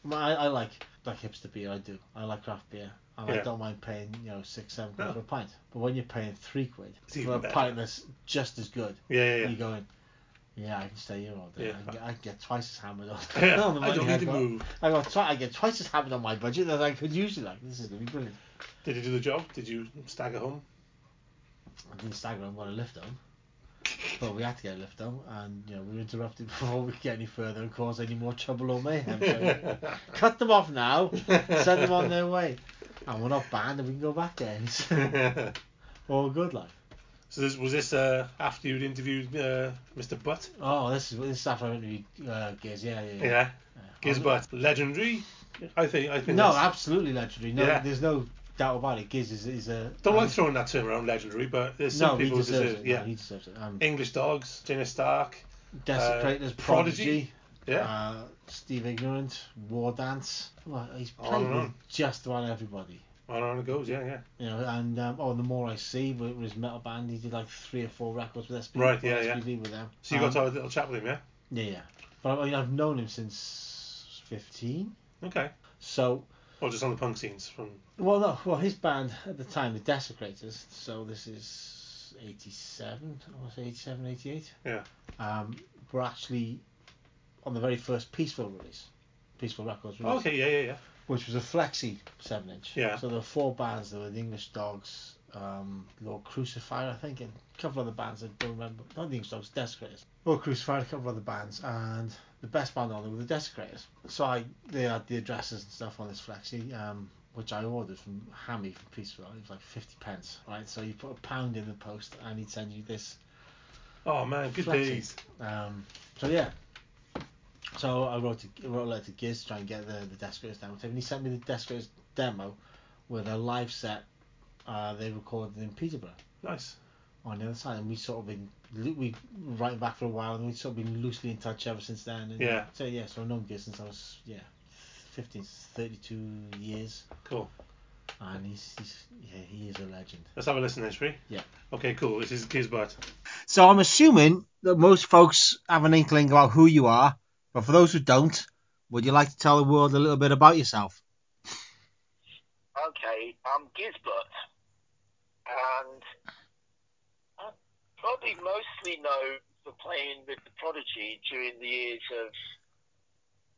B: my I, I like like hipster beer. I do. I like craft beer, and
A: Yeah.
B: I don't mind paying you know six seven quid
A: No.
B: for a pint. But when you're paying three quid
A: It's even
B: for a
A: better.
B: pint that's just as good,
A: Yeah, yeah,
B: you're
A: yeah.
B: going, yeah, I can stay here all day.
A: Yeah.
B: I, can get, I can get twice as hammered on.
A: Yeah,
B: on the
A: I
B: money
A: don't need to
B: got.
A: move.
B: I got twi- I get twice as hammered on my budget as I could usually. Like this is gonna be brilliant.
A: Did you do the job? Did you stagger home?
B: I didn't stagger on what I lift on. But we had to get a lift on, and you know we were interrupted before we could get any further and cause any more trouble or mayhem. So cut them off now, send them on their way, and we're not banned, and we can go back there. It's all good, like.
A: So this was this uh, after you'd interviewed uh, Mr. Butt?
B: Oh, this is this is after I interviewed uh, Giz. Yeah, yeah. yeah.
A: Yeah. Giz Butt, legendary. I think. I think.
B: No,
A: that's-
B: absolutely legendary. No,
A: Yeah.
B: there's no doubt about it. Giz is is a.
A: Don't like
B: um,
A: throwing that term around, legendary, but there's
B: No,
A: some
B: he
A: people who
B: deserves
A: deserve.
B: it.
A: yeah.
B: No, he deserves it. Um,
A: English Dogs, Jenna Stark.
B: Desecrators,
A: Prodigy.
B: Prodigy.
A: Yeah.
B: Uh, Steve Ignorant, War Dance. Well, he's
A: On
B: played
A: and
B: with
A: on.
B: just about everybody.
A: on and on it goes. Yeah, yeah.
B: You know, and um, oh, the more I see with with his metal band, he did like three or four records with SPD.
A: Right, yeah, yeah.
B: SPD with them.
A: So you got to
B: Um,
A: have a little chat with him, yeah?
B: Yeah, yeah. But I mean, I've known him since fifteen.
A: Okay.
B: So,
A: Or just on the punk scenes from.
B: well, no, well, his band at the time, the Desecrators. So this is eighty-seven. I want to say 87, 88.
A: Yeah.
B: Um, were actually on the very first Peaceful release, Peaceful Records release.
A: okay. Yeah, yeah, yeah.
B: which was a flexi seven inch.
A: Yeah.
B: So there were four bands. There were the English Dogs, um, Lord Crucifier, I think, and a couple other bands I don't remember. Not the English Dogs, Desecrators. Lord Crucifier, a couple other bands, and the best band on there were the Desecrators. So I they had the addresses and stuff on this flexi. Um, which I ordered from Hammy from Peaceville. It was like 50 pence, right? So you put a pound in the post and he'd send you this
A: Oh, man. Good
B: Flexi.
A: days.
B: Uh, um, so yeah. So I wrote to, wrote a letter to Giz to try and get the the Desecrators demo tape, and he sent me the Desecrators demo with a live set uh, they recorded in Peterborough
A: Nice.
B: on the other side, and we sort of been lo- we were writing back for a while, and we've sort of been loosely in touch ever since then. And
A: Yeah.
B: So yeah, so I've known Giz since I was yeah. 15, 32 years,
A: Cool.
B: and he's, he's yeah, he is a legend.
A: Let's have a listen then, shall we?
B: Yeah.
A: Okay, cool. This is Giz Butt.
B: So I'm assuming that most folks have an inkling about who you are, but for those who don't, would you like to tell the world a little bit about yourself?
J: okay, I'm Gizbert, and I'm probably mostly known for playing with the Prodigy during the years of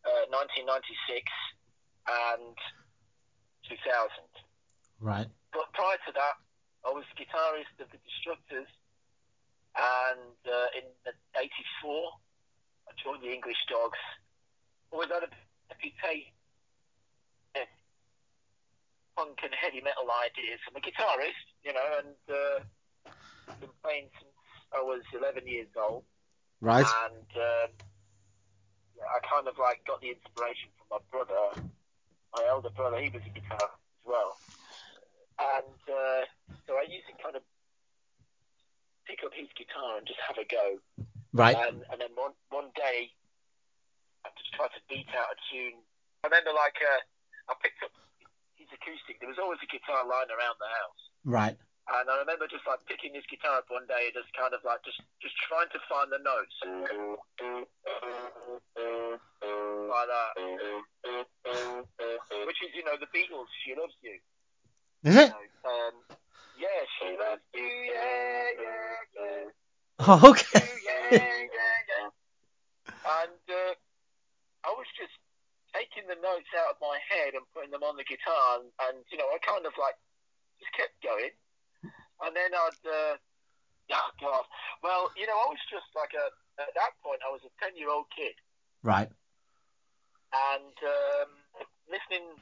J: uh, 1996 and 2000.
B: Right.
J: But prior to that, I was guitarist of the Destructors, and uh, in '84, I joined the English Dogs. Always had a reputation for punk and heavy metal ideas. I'm a guitarist, you know, and uh, been playing since I was 11 years old.
B: Right.
J: And um, yeah, I kind of like got the inspiration from my brother, my elder brother. He was a guitar as well, and uh, so I used to kind of pick up his guitar and just have a go.
B: Right.
J: And, and then one one day, I just tried to beat out a tune. I remember like uh, I picked up his acoustic. There was always a guitar lying around the house.
B: Right.
J: And I remember just like picking this guitar up one day and just kind of like just just trying to find the notes. Like that. uh, Which is, you know, the Beatles, She Loves You.
B: Is it?
J: Um, yeah, She Loves You, yeah, yeah, yeah.
E: Oh, okay.
J: yeah, yeah, yeah. And uh, I was just taking the notes out of my head and putting them on the guitar, and, and you know, I kind of like just kept going. And then I'd, uh, oh God, well, you know, I was just like a, at that point, I was a 10 year old kid,
E: Right.
J: and um, listening.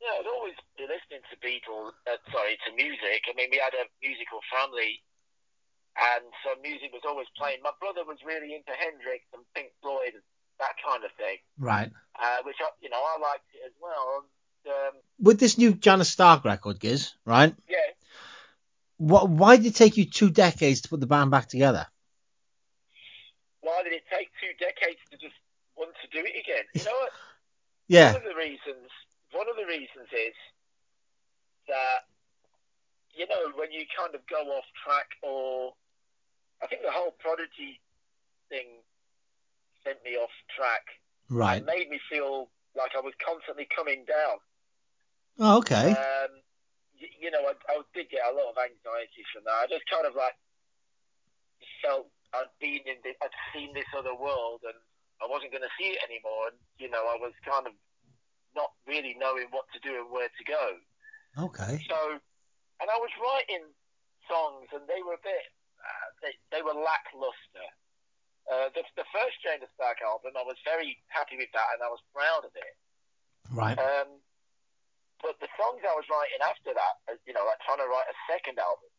J: Yeah, I'd always been listening to Beatles. Uh, sorry, to music. I mean, we had a musical family, and so music was always playing. My brother was really into Hendrix and Pink Floyd and that kind of thing,
B: Right.
J: uh, which I, you know I liked it as well. And, um,
B: With this new Janis Stark record, Giz, right?
J: yeah,
B: What? Why did it take you two decades to put the band back together?
J: why did it take two decades to just want to do it again? You know what?
B: Yeah.
J: One of the reasons. One of the reasons is that you know when you kind of go off track, or I think the whole Prodigy thing sent me off track.
B: Right.
J: It made me feel like I was constantly coming down.
B: Oh, okay.
J: Um, y- you know, I, I did get a lot of anxiety from that. I just kind of like felt I'd been in, the, I'd seen this other world, and I wasn't going to see it anymore. And you know, I was kind of not really knowing what to do and where to go.
B: Okay.
J: So, and I was writing songs, and they were a bit, uh, they, they were lackluster. Uh, the, the first Jane the Stark album, I was very happy with that, and I was proud of it.
B: Right.
J: Um, but the songs I was writing after that, uh, you know, like trying to write a second album,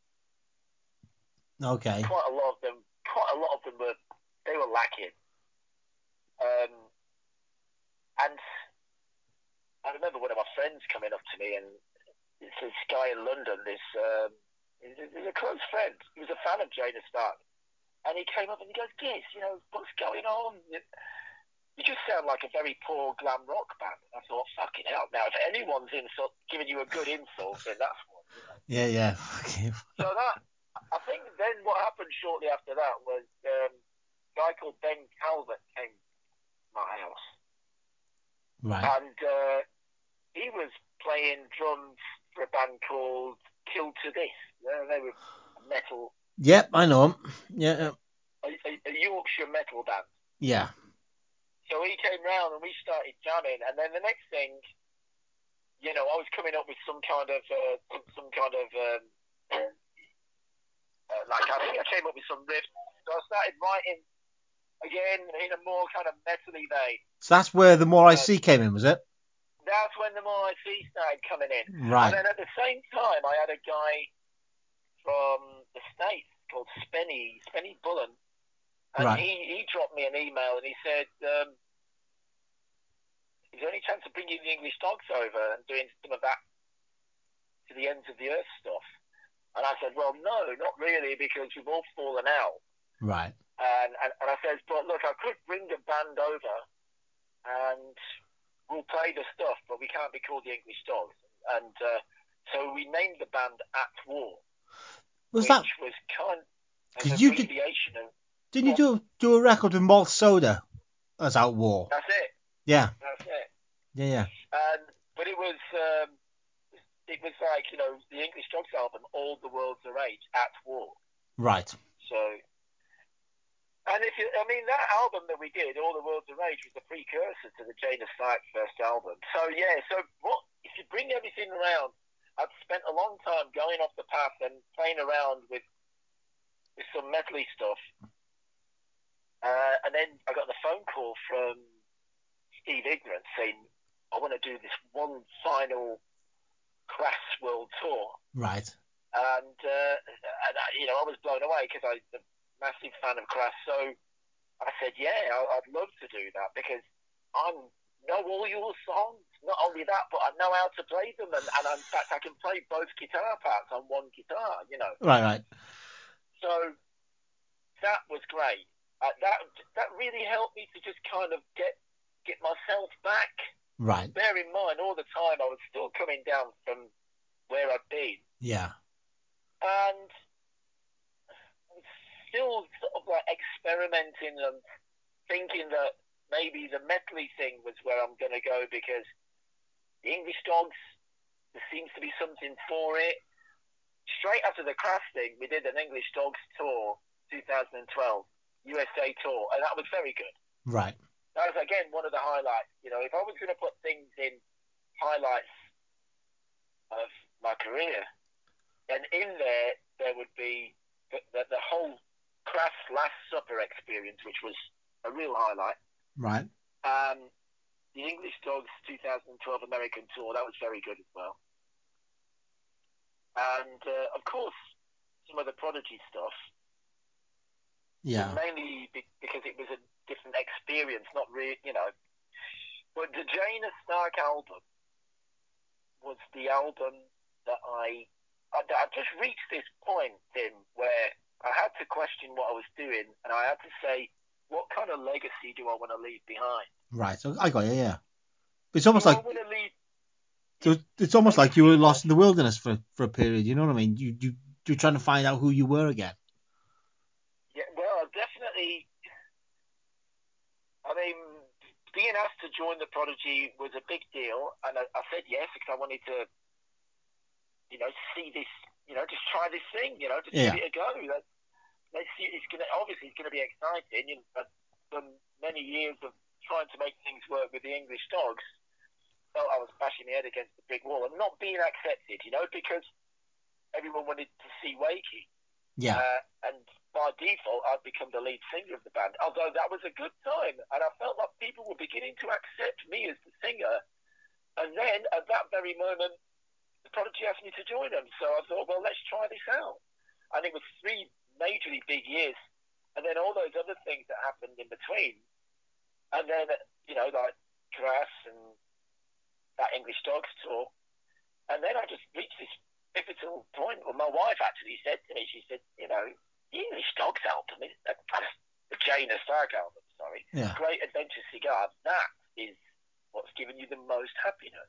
B: Okay.
J: quite a lot of them, quite a lot of them were, they were lacking. Um, and I remember one of my friends coming up to me, and it's this guy in London, this, um, he's a- he's a close friend, he was a fan of Jane Stark, and he came up and he goes, Giz, you know, what's going on? You- You just sound like a very poor glam rock band. And I thought, fucking hell. Now, if anyone's insult, giving you a good insult, then that's one.
B: Yeah. Yeah. Okay.
J: So that, I think then what happened shortly after that was um, a guy called Ben Calvert came to my house.
B: Right.
J: And uh, he was playing drums for a band called Kill to This. Uh, they were a metal,
B: Yep. I know 'em. Yeah. Yeah.
J: a, a, a Yorkshire metal band.
B: Yeah.
J: So he came round and we started jamming, and then the next thing, you know, I was coming up with some kind of uh, some, some kind of um, uh, like I think I came up with some riff. So I started writing again in a more kind of metally vein. Uh,
B: So that's where the more I see came in, was it?
J: That's when the more IT started coming in.
B: Right.
J: And then at the same time, I had a guy from the States called Spenny, Spenny Bullen. And
B: Right.
J: he, he dropped me an email and he said, um, Is there any chance of bringing the English dogs over and doing some of that to the ends of the earth stuff? And I said, Well, no, not really, because we've all fallen out.
B: Right.
J: And, and, and I says, but look, I could bring the band over and we'll play the stuff, but we can't be called the English Dogs. And uh, so we named the band At War,
B: Was
J: which
B: that?
J: was kind of
B: Did
J: an
B: you get-
J: abbreviation of
B: Didn't you do do a record with Malt Soda? As out war.
J: that's it,
B: Yeah.
J: that's it.
B: Yeah. Yeah.
J: And but it was um, it was like you know the English Dogs album, All the World's Are Eight, At War.
B: Right.
J: So, and if you, I mean that album that we did, All the World's a Rage, was the precursor to the Jane of Stark first album. So yeah, so what if you bring everything around? I've spent a long time going off the path and playing around with with some metally stuff, uh, and then I got the phone call from Steve Ignorant saying, "I want to do this one final crass world tour."
B: Right.
J: and, uh, and I, you know I was blown away because I was a massive fan of Crash. So I said, yeah, I, I'd love to do that because I know all your songs. Not only that, but I know how to play them, and, and in fact, I can play both guitar parts on one guitar. You know,
B: Right. Right.
J: so that was great. Uh, that that really helped me to just kind of get get myself back.
B: Right.
J: Bear in mind, all the time I was still coming down from where I'd been
B: Yeah.
J: and I'm still sort of like experimenting and thinking that maybe the medley thing was where I'm going to go because the English Dogs, there seems to be something for it. Straight after the crash thing, we did an English Dogs tour 2012 USA tour, and that was very good.
B: Right.
J: That was again one of the highlights. You know, if I was going to put things in highlights of my career, and in there there would be the, the, the whole Craft's Last Supper experience, which was a real highlight.
B: Right.
J: Um, the English Dogs 2012 American Tour, that was very good as well. And uh, of course, some of the Prodigy stuff,
B: Yeah.
J: mainly be- because it was a different experience, not really, you know. But the Jane Stark album was the album that I, I that I just reached this point in where I had to question what I was doing, and I had to say, what kind of legacy do I want to leave behind?
B: Right. So I got you. Yeah. It's almost
J: do
B: like
J: I want to leave
B: so it's almost like you were lost in the wilderness for for a period. You know what I mean? You you you're trying to find out who you were again.
J: Yeah, well, definitely. I mean, being asked to join the Prodigy was a big deal, and I, I said yes because I wanted to, you know, see this, you know, just try this thing, you know, just
B: Yeah.
J: give it a go. Let, let's see. It's gonna obviously it's gonna be exciting. You know, I've done many years of trying to make things work with the English dogs. Felt I was bashing my head against the big wall and not being accepted, you know, because everyone wanted to see Wakey.
B: Yeah.
J: Uh, and by default, I'd become the lead singer of the band. Although that was a good time, and I felt like people were beginning to accept me as the singer. And then at that very moment, the Prodigy asked me to join them. So I thought, well, let's try this out. And it was three majorly big years, and then all those other things that happened in between. And then, you know, like Grass and that English Dogs tour. And then I just reached this pivotal point. Well, my wife actually said to me, she said, you know, the English Dogs album, is, uh, the Jane Stark album, sorry,
B: Yeah.
J: Great Adventure Cigar, that is what's given you the most happiness.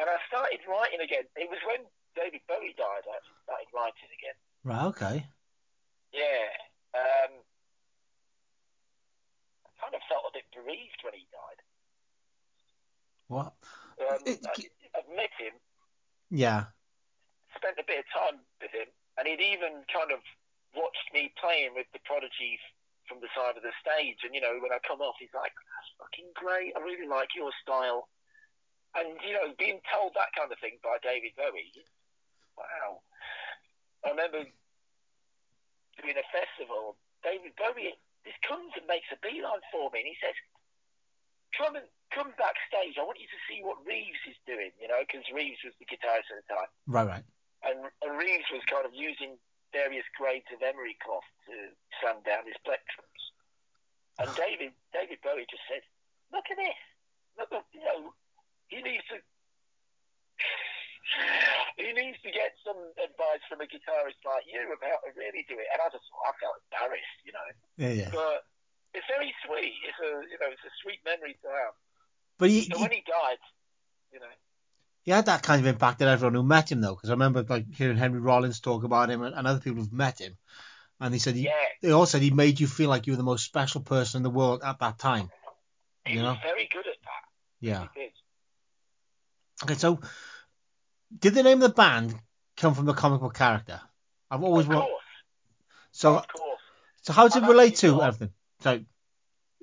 J: And I started writing again. It was when David Bowie died, I actually started writing again.
B: Right. Okay.
J: Yeah. Um, I kind of felt a bit bereaved when he died.
B: What?
J: Um,
B: It-
J: I, I've met him,
B: Yeah.
J: spent a bit of time with him, and he'd even kind of watched me playing with the Prodigy f- from the side of the stage. And you know, when I come off, he's like, "That's fucking great. I really like your style." And you know, being told that kind of thing by David Bowie, wow. I remember doing a festival. David Bowie this comes and makes a beeline for me, and he says, "Come and come backstage. I want you to see what Reeves is doing." You know, because Reeves was the guitarist at the time
B: Right. Right.
J: and, and Reeves was kind of using various grades of emery cloth to sand down his plectrums. And David David Bowie just said, "Look at this! Look, look you know, he needs to." He needs to get some advice from a guitarist like you about how to really do it. And I just, I felt embarrassed, you know.
B: Yeah. Yeah.
J: But it's very sweet. It's a, you know, it's a sweet memory to have.
B: But you,
J: So
B: you,
J: when he died, you know,
B: he had that kind of impact on everyone who met him though, because I remember like hearing Henry Rollins talk about him and, and other people who've met him, and he said he,
J: yeah,
B: they all said he made you feel like you were the most special person in the world at that time.
J: he
B: You know?
J: was very good at that.
B: Yeah.
J: He did.
B: Okay, so did the name of the band come from the comic book character? I've always
J: Of
B: wa-
J: course,
B: so
J: of course.
B: so how does it
J: I've
B: relate
J: actually
B: to
J: got-
B: everything? So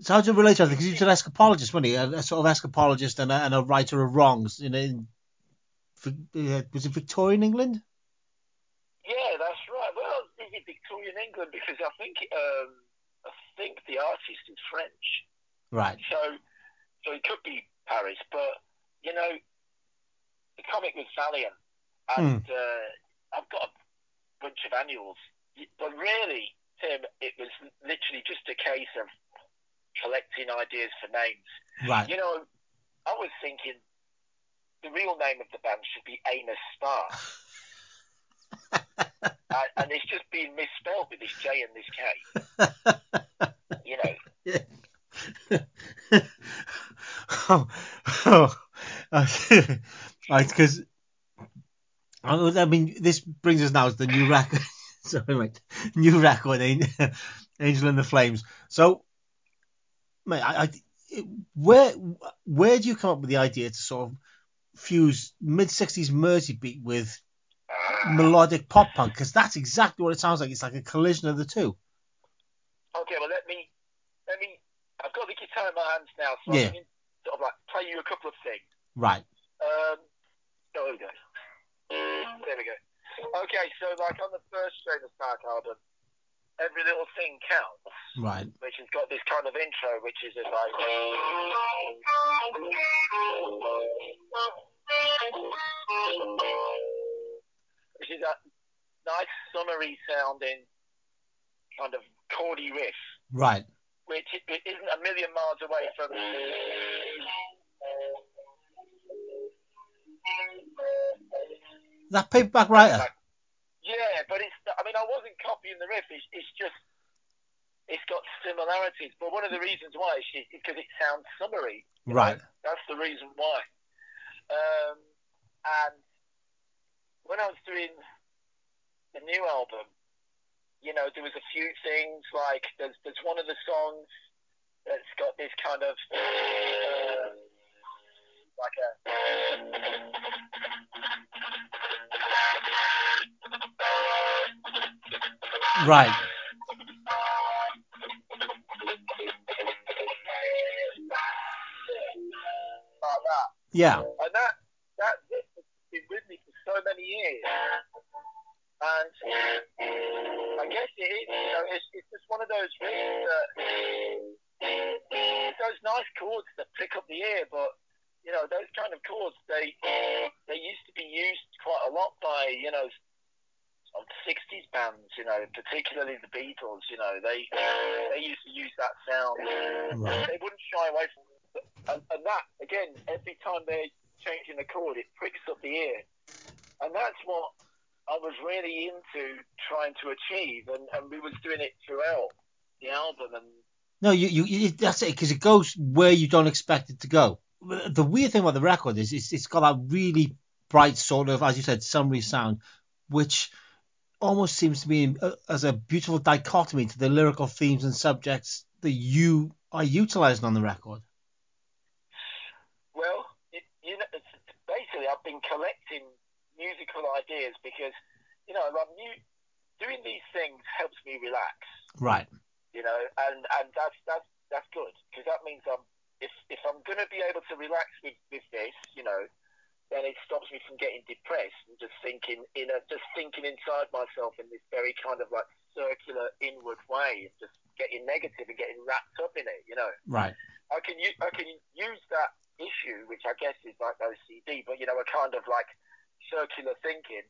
B: so how does it relate to everything? Because he's an escapologist, wasn't he? A, a sort of escapologist and a, and a writer of wrongs. In, in, Vic- uh, was it Victorian England?
J: Yeah, that's right. Well, is it Victorian England? Because I think um, I think the artist is French,
B: Right.
J: so so it could be Paris. But you know, the comic was Valiant, and uh, I've got a bunch of annuals. But really, Tim, it was literally just a case of collecting ideas for names.
B: Right.
J: You know, I was thinking the real name of the band should be Amos Star. and, and it's just been misspelled with this J and this K. you know,
B: oh, oh, because I mean, this brings us now to the new record. Sorry, mate. New record, An- Angel in the Flames. So, mate, I, I, it- where where do you come up with the idea to sort of fuse mid '60s Mersey beat with melodic pop punk because that's exactly what it sounds like. It's like a collision of the two.
J: Okay, well let me let me. I've got the guitar in my hands now, so
B: Yeah.
J: I can sort of like play you a couple of things.
B: Right.
J: Um, there we go. There we go. Okay, so like on the first Stranger Stark album, every little thing counts,
B: Right.
J: which has got this kind of intro, which is just like. Which is a nice summery sounding kind of chordy riff,
B: Right.
J: which i- i- isn't a million miles away from.
B: Is that paperback writer?
J: Yeah, but it's. I mean, I wasn't copying the riff. It's, it's just. It's got similarities, but one of the reasons why is she- because it sounds summery.
B: Right.
J: That's the reason why. Um, and when I was doing the new album, you know, there was a few things like there's there's one of the songs that's got this kind of uh, like a
B: Right.
J: like that.
B: Yeah.
J: And that that riff has been with me for so many years. And I guess it is, you know, it's, it's just one of those riffs that it's those nice chords that pick up the ear, but you know, those kind of chords they they used to be used quite a lot by, you know, of 60s bands, you know, particularly the Beatles, you know, they they used to use that sound.
B: Right.
J: They wouldn't shy away from it. And, and that, again, every time they're changing the chord, it pricks up the ear. And that's what I was really into trying to achieve, and, and we was doing it throughout the album. And
B: No, you, you, you that's it because it goes where you don't expect it to go. The weird thing about the record is it's, it's got that really bright sort of, as you said, summery sound, which almost seems to be uh, as a beautiful dichotomy to the lyrical themes and subjects that you are utilizing on the record.
J: well, it, you know, it's, basically, I've been collecting musical ideas because, you know, I'm new, doing these things helps me relax.
B: Right.
J: you know, and and that's that's that's good because that means I'm if if I'm gonna be able to relax with with this, you know, then it stops me from getting depressed and just thinking in a just thinking inside myself in this very kind of like circular inward way, just getting negative and getting wrapped up in it, you know.
B: Right.
J: I can u- I can use that issue, which I guess is like OCD, but you know, a kind of like circular thinking.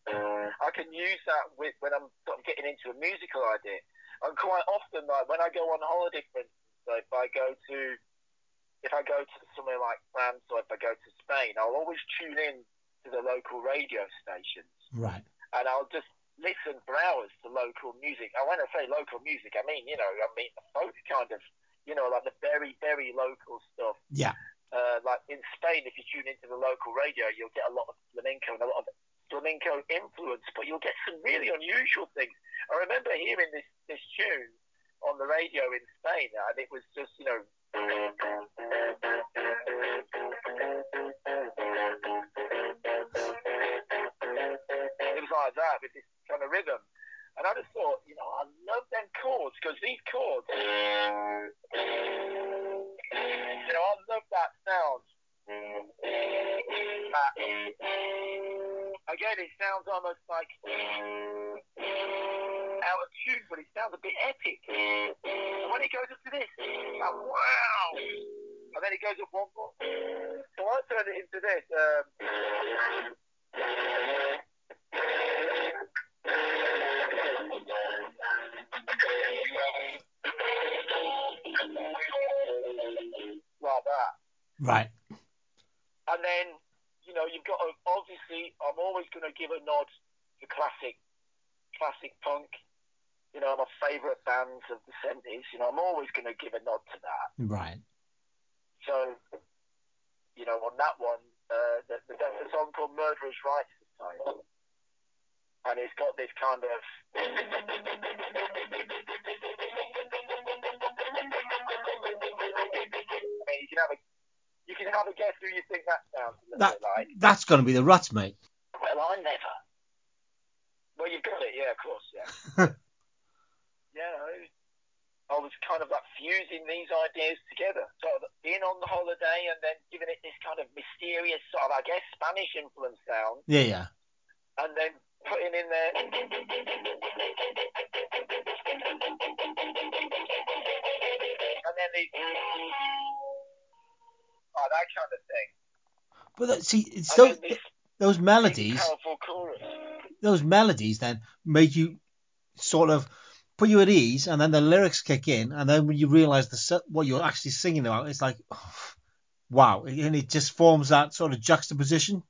J: I can use that with when I'm sort of getting into a musical idea, and quite often, like when I go on holiday, for instance, so if I go to if I go to somewhere like France or if I go to Spain, I'll always tune in to the local radio stations
B: Right.
J: and I'll just listen for hours to local music. And when I say local music, I mean, you know, I mean the folk kind of, you know, like the very, very local stuff.
B: Yeah.
J: Uh, like in Spain, if you tune into the local radio, you'll get a lot of flamenco and a lot of flamenco influence, but you'll get some really unusual things. I remember hearing this, this tune on the radio in Spain, and it was just, you know, it was like that with this kind of rhythm. And I just thought, you know, I love them chords because these chords, you know, I love that sound. That, again, it sounds almost like out of tune, but it sounds a bit epic. And when it goes up to this, like, wow! And then it goes up one more. So I turned it into this. Um, like that.
B: Right.
J: And then, you know, you've got to, obviously, I'm always going to give a nod to classic, classic punk. You know, my favourite bands of the 70s. You know, I'm always going to give a nod to that.
B: Right.
J: So, you know, on that one, uh, th- th- there's a song called Murderer's Rights Society. And it's got this kind of. I mean, you can have a, you can have a guess who you think that sounds a little
B: That
J: bit like.
B: that's going to be the Ruts, mate.
J: Well, I never. Well, you got it. Yeah, of course. Yeah. yeah. I- I was kind of like fusing these ideas together, sort of being on the holiday and then giving it this kind of mysterious sort of, I guess, Spanish influence sound,
B: Yeah, yeah.
J: and then putting in there. And then the, oh, that kind of thing.
B: But that, see, it's
J: And
B: those,
J: then this
B: those
J: big,
B: melodies,
J: powerful chorus.
B: those melodies then make you sort of put you at ease, and then the lyrics kick in, and then when you realise the su- what you're actually singing about, it's like, wow, and it just forms that sort of juxtaposition,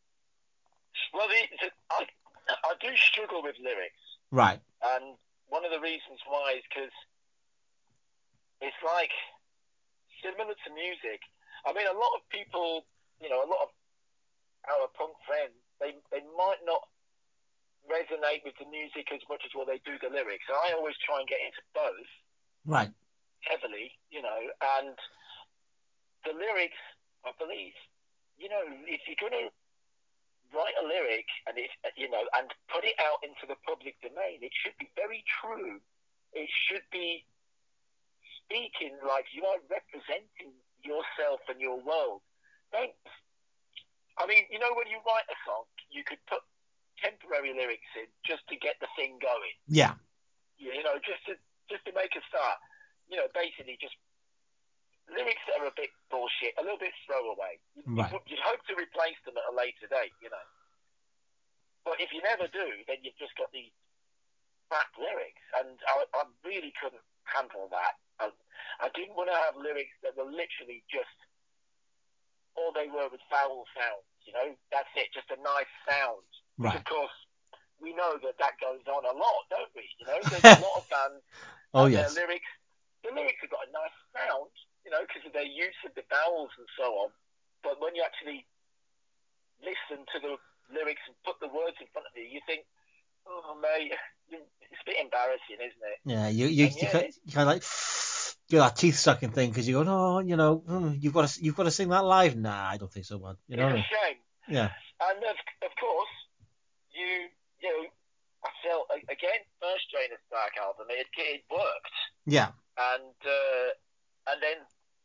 J: Well, the, the, I, I do struggle with lyrics.
B: right?
J: And one of the reasons why is because it's like similar to music. I mean, a lot of people, you know, a lot of our punk friends, they, they might not resonate with the music as much as what they do the lyrics. And I always try and get into both
B: Right.
J: heavily, you know, and the lyrics, I believe, you know, if you're going to write a lyric and it, you know, and put it out into the public domain, it should be very true. It should be speaking like you are representing yourself and your world. Don't, I mean, you know, when you write a song, you could put temporary lyrics in just to get the thing going
B: Yeah.
J: you know, just to just to make a start. You know, basically just lyrics that are a bit bullshit, a little bit throwaway. You'd,
B: Right.
J: you'd hope to replace them at a later date, you know. But if you never do, then you've just got these crap lyrics, and I, I really couldn't handle that. I, I didn't want to have lyrics that were literally just all they were was vowel sounds. You know, that's it, just a nice sound. Which,
B: Right.
J: Of course, we know that that goes on a lot, don't we? You know, there's a lot of bands.
B: Oh
J: and
B: yes.
J: Their lyrics, the lyrics have got a nice sound, you know, because of their use of the vowels and so on. But when you actually listen to the lyrics and put the words in front of you, you think, oh mate, it's a bit embarrassing, isn't it?
B: Yeah, you you,
J: And
B: you,
J: yeah,
B: kind, you kind of like do that teeth sucking thing because you go, no, you know, mm, you've got to you've got to sing that live. Nah, I don't think so, man. You know, what I mean?
J: It's a shame.
B: yeah,
J: And of, of course, you you know, I felt a- again first Drainer's Dark album, it it worked,
B: yeah,
J: and uh, and then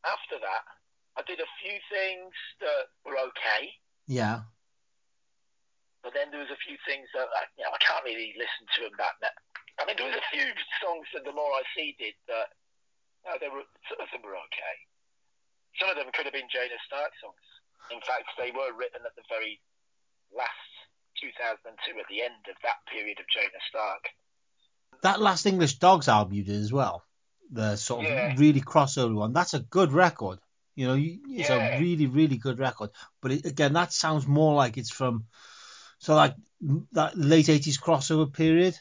J: after that, I did a few things that were okay,
B: yeah,
J: but then there was a few things that I, you know, I can't really listen to them that. that- I mean, there was a few songs that the more I see did that. No, they were some of them were okay. Some of them could have been Jada Stark songs. In fact, they were written at the very last 2002, at the end of that period of Jada Stark.
B: That last English Dogs album you did as well, the sort of
J: Yeah.
B: really crossover one. That's a good record. You know, you, it's
J: Yeah.
B: a really really good record. But it, again, that sounds more like it's from so like m- that late '80s crossover period.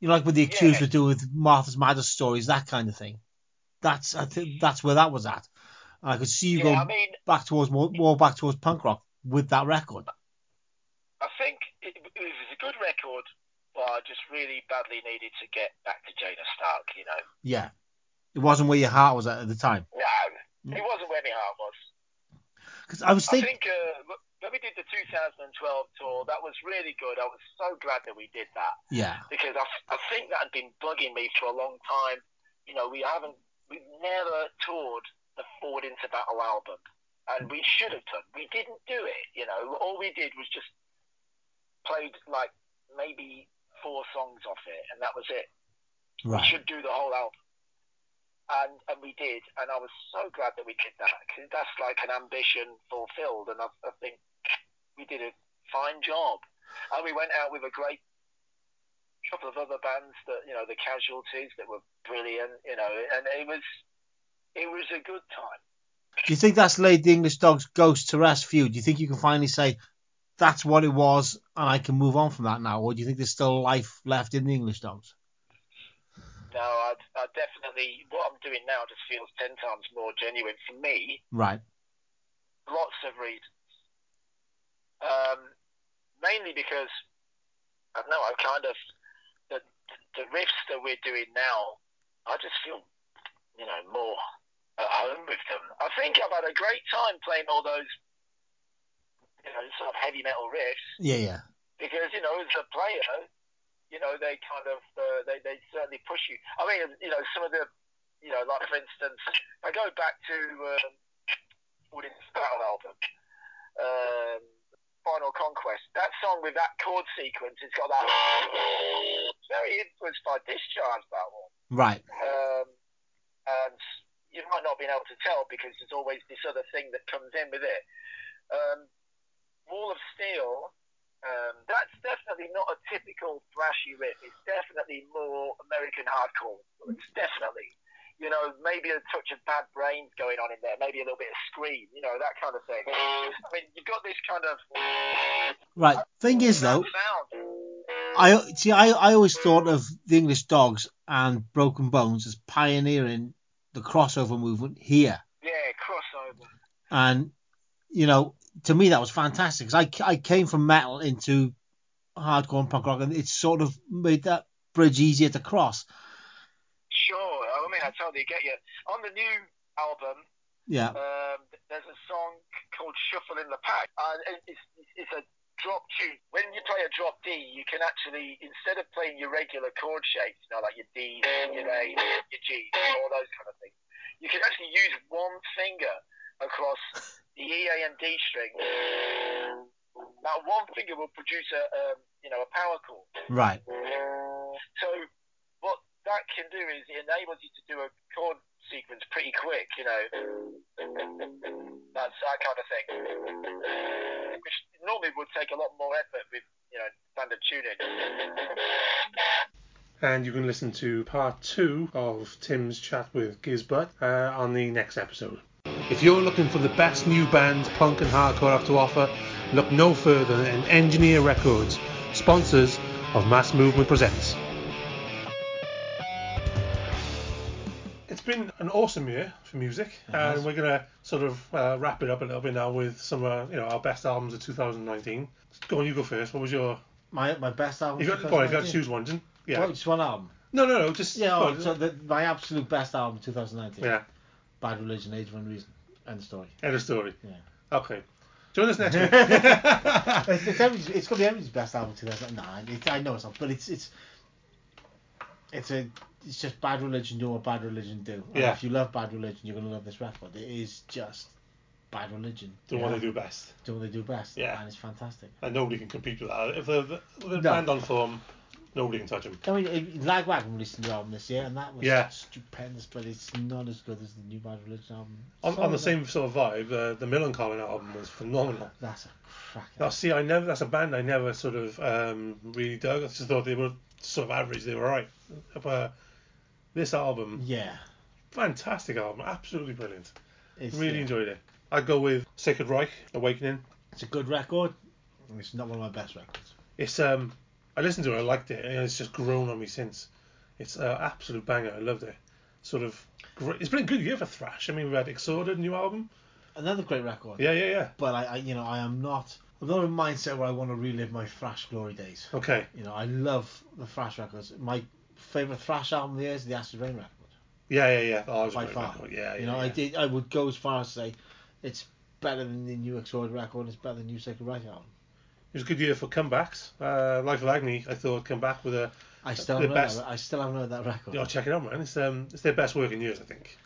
B: You know, like what the accused
J: Yeah.
B: would do with Martha's Maddest stories, that kind of thing. That's I think that's where that was at. I could see you go
J: yeah, I mean,
B: back towards more, more back towards punk rock with that record.
J: I think it, it was a good record, but I just really badly needed to get back to Jada Stark, you know.
B: Yeah, it wasn't where your heart was at at the time.
J: No, it wasn't where my heart was.
B: 'Cause I was
J: I
B: thinking,
J: think uh, when we did the 2012 tour, that was really good. I was so glad that we did that
B: yeah,
J: because I, I think that had been bugging me for a long time. You know, we haven't, we've never toured the Forward into Battle album, and we should have done. We didn't do it. You know, all we did was just played like maybe four songs off it, and that was it we
B: right,
J: should do the whole album. And and we did, and I was so glad that we did that 'cause that's like an ambition fulfilled, and I, I think we did a fine job. And we went out with a great couple of other bands that you know the Casualties that were brilliant, you know, and it was it was a good time.
B: Do you think that's laid the English Dogs Ghost to rest for you? Do you think you can finally say that's what it was and I can move on from that now, or do you think there's still life left in the English Dogs?
J: No, I, I definitely what I'm doing now just feels ten times more genuine for me
B: Right,
J: lots of reasons. Um, mainly because I don't know, I kind of the the riffs that we're doing now, I just feel you know more at home with them. I think I've had a great time playing all those you know sort of heavy metal riffs
B: yeah, yeah,
J: because you know as a player, you know, they kind of uh, they they certainly push you. I mean, you know, some of the, you know, like for instance, I go back to um, Wooden's Battle album, um, Final Conquest. That song with that chord sequence, it's got that. It's very influenced by Discharge. That one.
B: Right.
J: Um, and you might not have been able to tell because there's always this other thing that comes in with it. Um, Wall of Steel, um, that's definitely not a typical thrashy riff. It's definitely more American hardcore. It's definitely, you know, maybe a touch of bad brains going on in there, maybe a little bit of scream, you know, that kind of thing. I mean, you've got this kind of
B: Right. Thing is though, I see. I, I always thought of the English Dogs and Broken Bones as pioneering the crossover movement here,
J: yeah, crossover.
B: and you know, to me that was fantastic. 'cause I c- I came from metal into hardcore and punk rock, and it sort of made that bridge easier to cross.
J: Sure, I mean, I totally get you. On the new album,
B: Yeah.
J: um, there's a song called Shuffle in the Pack. Uh, it's, it's, it's a drop tune. When you play a drop D, you can actually, instead of playing your regular chord shapes, you know, like your D, your A, your G, all those kind of things, you can actually use one finger across the E, A, and D string. That one finger will produce a, um, you know, a power chord.
B: Right.
J: So what that can do is it enables you to do a chord sequence pretty quick, you know. That's that kind of thing. Which normally would take a lot more effort with, you know, standard tuning.
A: And you can listen to part two of Tim's chat with Gizbert uh, on the next episode. If you're looking for the best new bands punk and hardcore have to offer, look no further than Engineer Records, sponsors of Mass Movement Presents. It's been an awesome year for music,
B: has.
A: and we're gonna sort of uh, wrap it up a little bit now with some, uh, you know, our best albums of 2019. Go on, you go first. What was your?
B: My my best album.
A: If you got, well, if you got to choose one, didn't? Yeah.
B: Well, just one album.
A: No, no, no. Just
B: Yeah.
A: well,
B: oh, so the, my absolute best album, 2019.
A: yeah.
B: Bad Religion, Age of Reason, end of story.
A: End of story.
B: Yeah.
A: Okay. Join us next week.
B: It's, it's, everybody's, it's got to be everybody's best album 2009. It, I know it's not, but it's it's it's a it's just Bad Religion do what Bad Religion do. And
A: Yeah.
B: If you love Bad Religion, you're gonna love this record. It is just Bad Religion.
A: Do what
B: Yeah.
A: they do best,
B: Do what they do best.
A: Yeah.
B: And it's fantastic.
A: and nobody can compete with that. If they're, the- they're
B: No.
A: banned on form, nobody can touch them.
B: I mean, Lagwagon released a new album this year, and that was
A: Yeah.
B: stupendous, but it's not as good as the new Bad Religion album.
A: On,
B: Some
A: on the
B: of
A: same sort of vibe, uh, the Millencolin album was phenomenal.
B: That's a cracker.
A: Now, see, I never. That's a band I never sort of um, really dug. I just thought they were sort of average. They were alright. But uh, this album,
B: Yeah.
A: fantastic album, absolutely brilliant.
B: It's,
A: Really
B: yeah.
A: enjoyed it. I'd go with Sacred Reich, Awakening.
B: It's a good record. and It's not one of my best records.
A: It's um, I listened to it, I liked it, and it's just grown on me since. It's an absolute banger. I loved it. Sort of, great. it's been a good year for thrash. I mean, we had Exorder, new album.
B: Another great record.
A: Yeah, yeah, yeah.
B: But I, I you know, I am not. I'm not in a mindset where I want to relive my thrash glory days.
A: Okay,
B: You know, I love the thrash records. My favorite thrash album of the year is the Acid Rain record.
A: yeah, yeah, yeah. Oh, it was a
B: by
A: great
B: far.
A: record. Yeah, yeah.
B: you know, I
A: yeah.
B: did. I would go as far as say, it's better than the new Exorder record. It's better than the new Sacred Right album.
A: It was a good year for comebacks. Uh, Life of Agony, I thought, come back with a.
B: I still
A: The
B: haven't heard
A: best-
B: that, I still haven't heard that record.
A: You know, check it out, man. It's um, it's their best work in years, I think.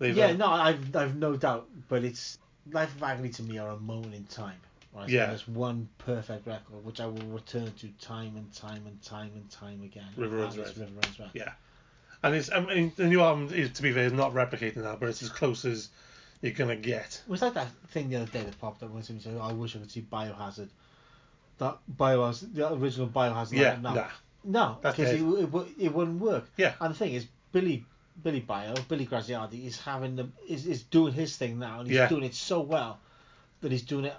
A: They've,
B: yeah,
A: uh,
B: no, I've I've no doubt, but it's Life of Agony to me are a moment in time. Right?
A: Yeah.
B: There's one perfect record which I will return to time and time and time and time again.
A: River
B: and
A: Runs
B: that is
A: Red.
B: River Runs Red.
A: Yeah. And it's, I mean, the new album is, to be fair, is not replicating that, but it's as close as you're gonna get.
B: It was like that thing the other day that popped up when somebody said, "Oh, "I wish I could see Biohazard." That Biohazard, the original Biohazard.
A: Yeah,
B: lineup.
A: nah.
B: No,
A: That's
B: because
A: dead.
B: it, w- it, w- it wouldn't work.
A: Yeah.
B: And the thing is, Billy Billy Bio, Billy Graziardi is having the is, is doing his thing now, and he's
A: Yeah.
B: doing it so well that he's doing it.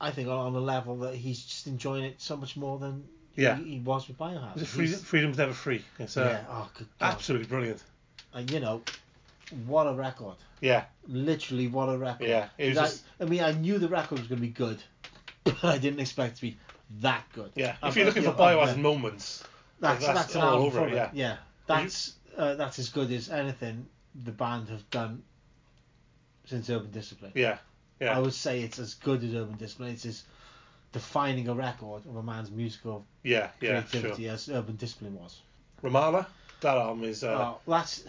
B: I think on, on a level that he's just enjoying it so much more than
A: Yeah.
B: he, he was with Biohazard.
A: Is it freedom,
B: He's-
A: Freedom's never free. It's uh,
B: yeah. Oh, good God.
A: absolutely brilliant.
B: And you know, what a record!
A: Yeah.
B: Literally, what a record!
A: Yeah, it was
B: That-
A: just-
B: I mean, I knew the record was going to be good, but I didn't expect it to be that good.
A: Yeah,
B: I've-
A: if you're looking
B: you
A: for
B: know, I've
A: biohazard
B: read-
A: moments,
B: that's
A: That's
B: that's, an
A: all
B: album
A: over
B: from
A: it,
B: it.
A: yeah.
B: Yeah, that's uh, that's as good as anything the band have done since Urban Discipline.
A: yeah, yeah,
B: I would say it's as good as Urban Discipline. It's as defining a record of a man's musical
A: Yeah, yeah, sure.
B: creativity as Urban Discipline was.
A: Ramallah, that album is. Uh,
B: Oh, that's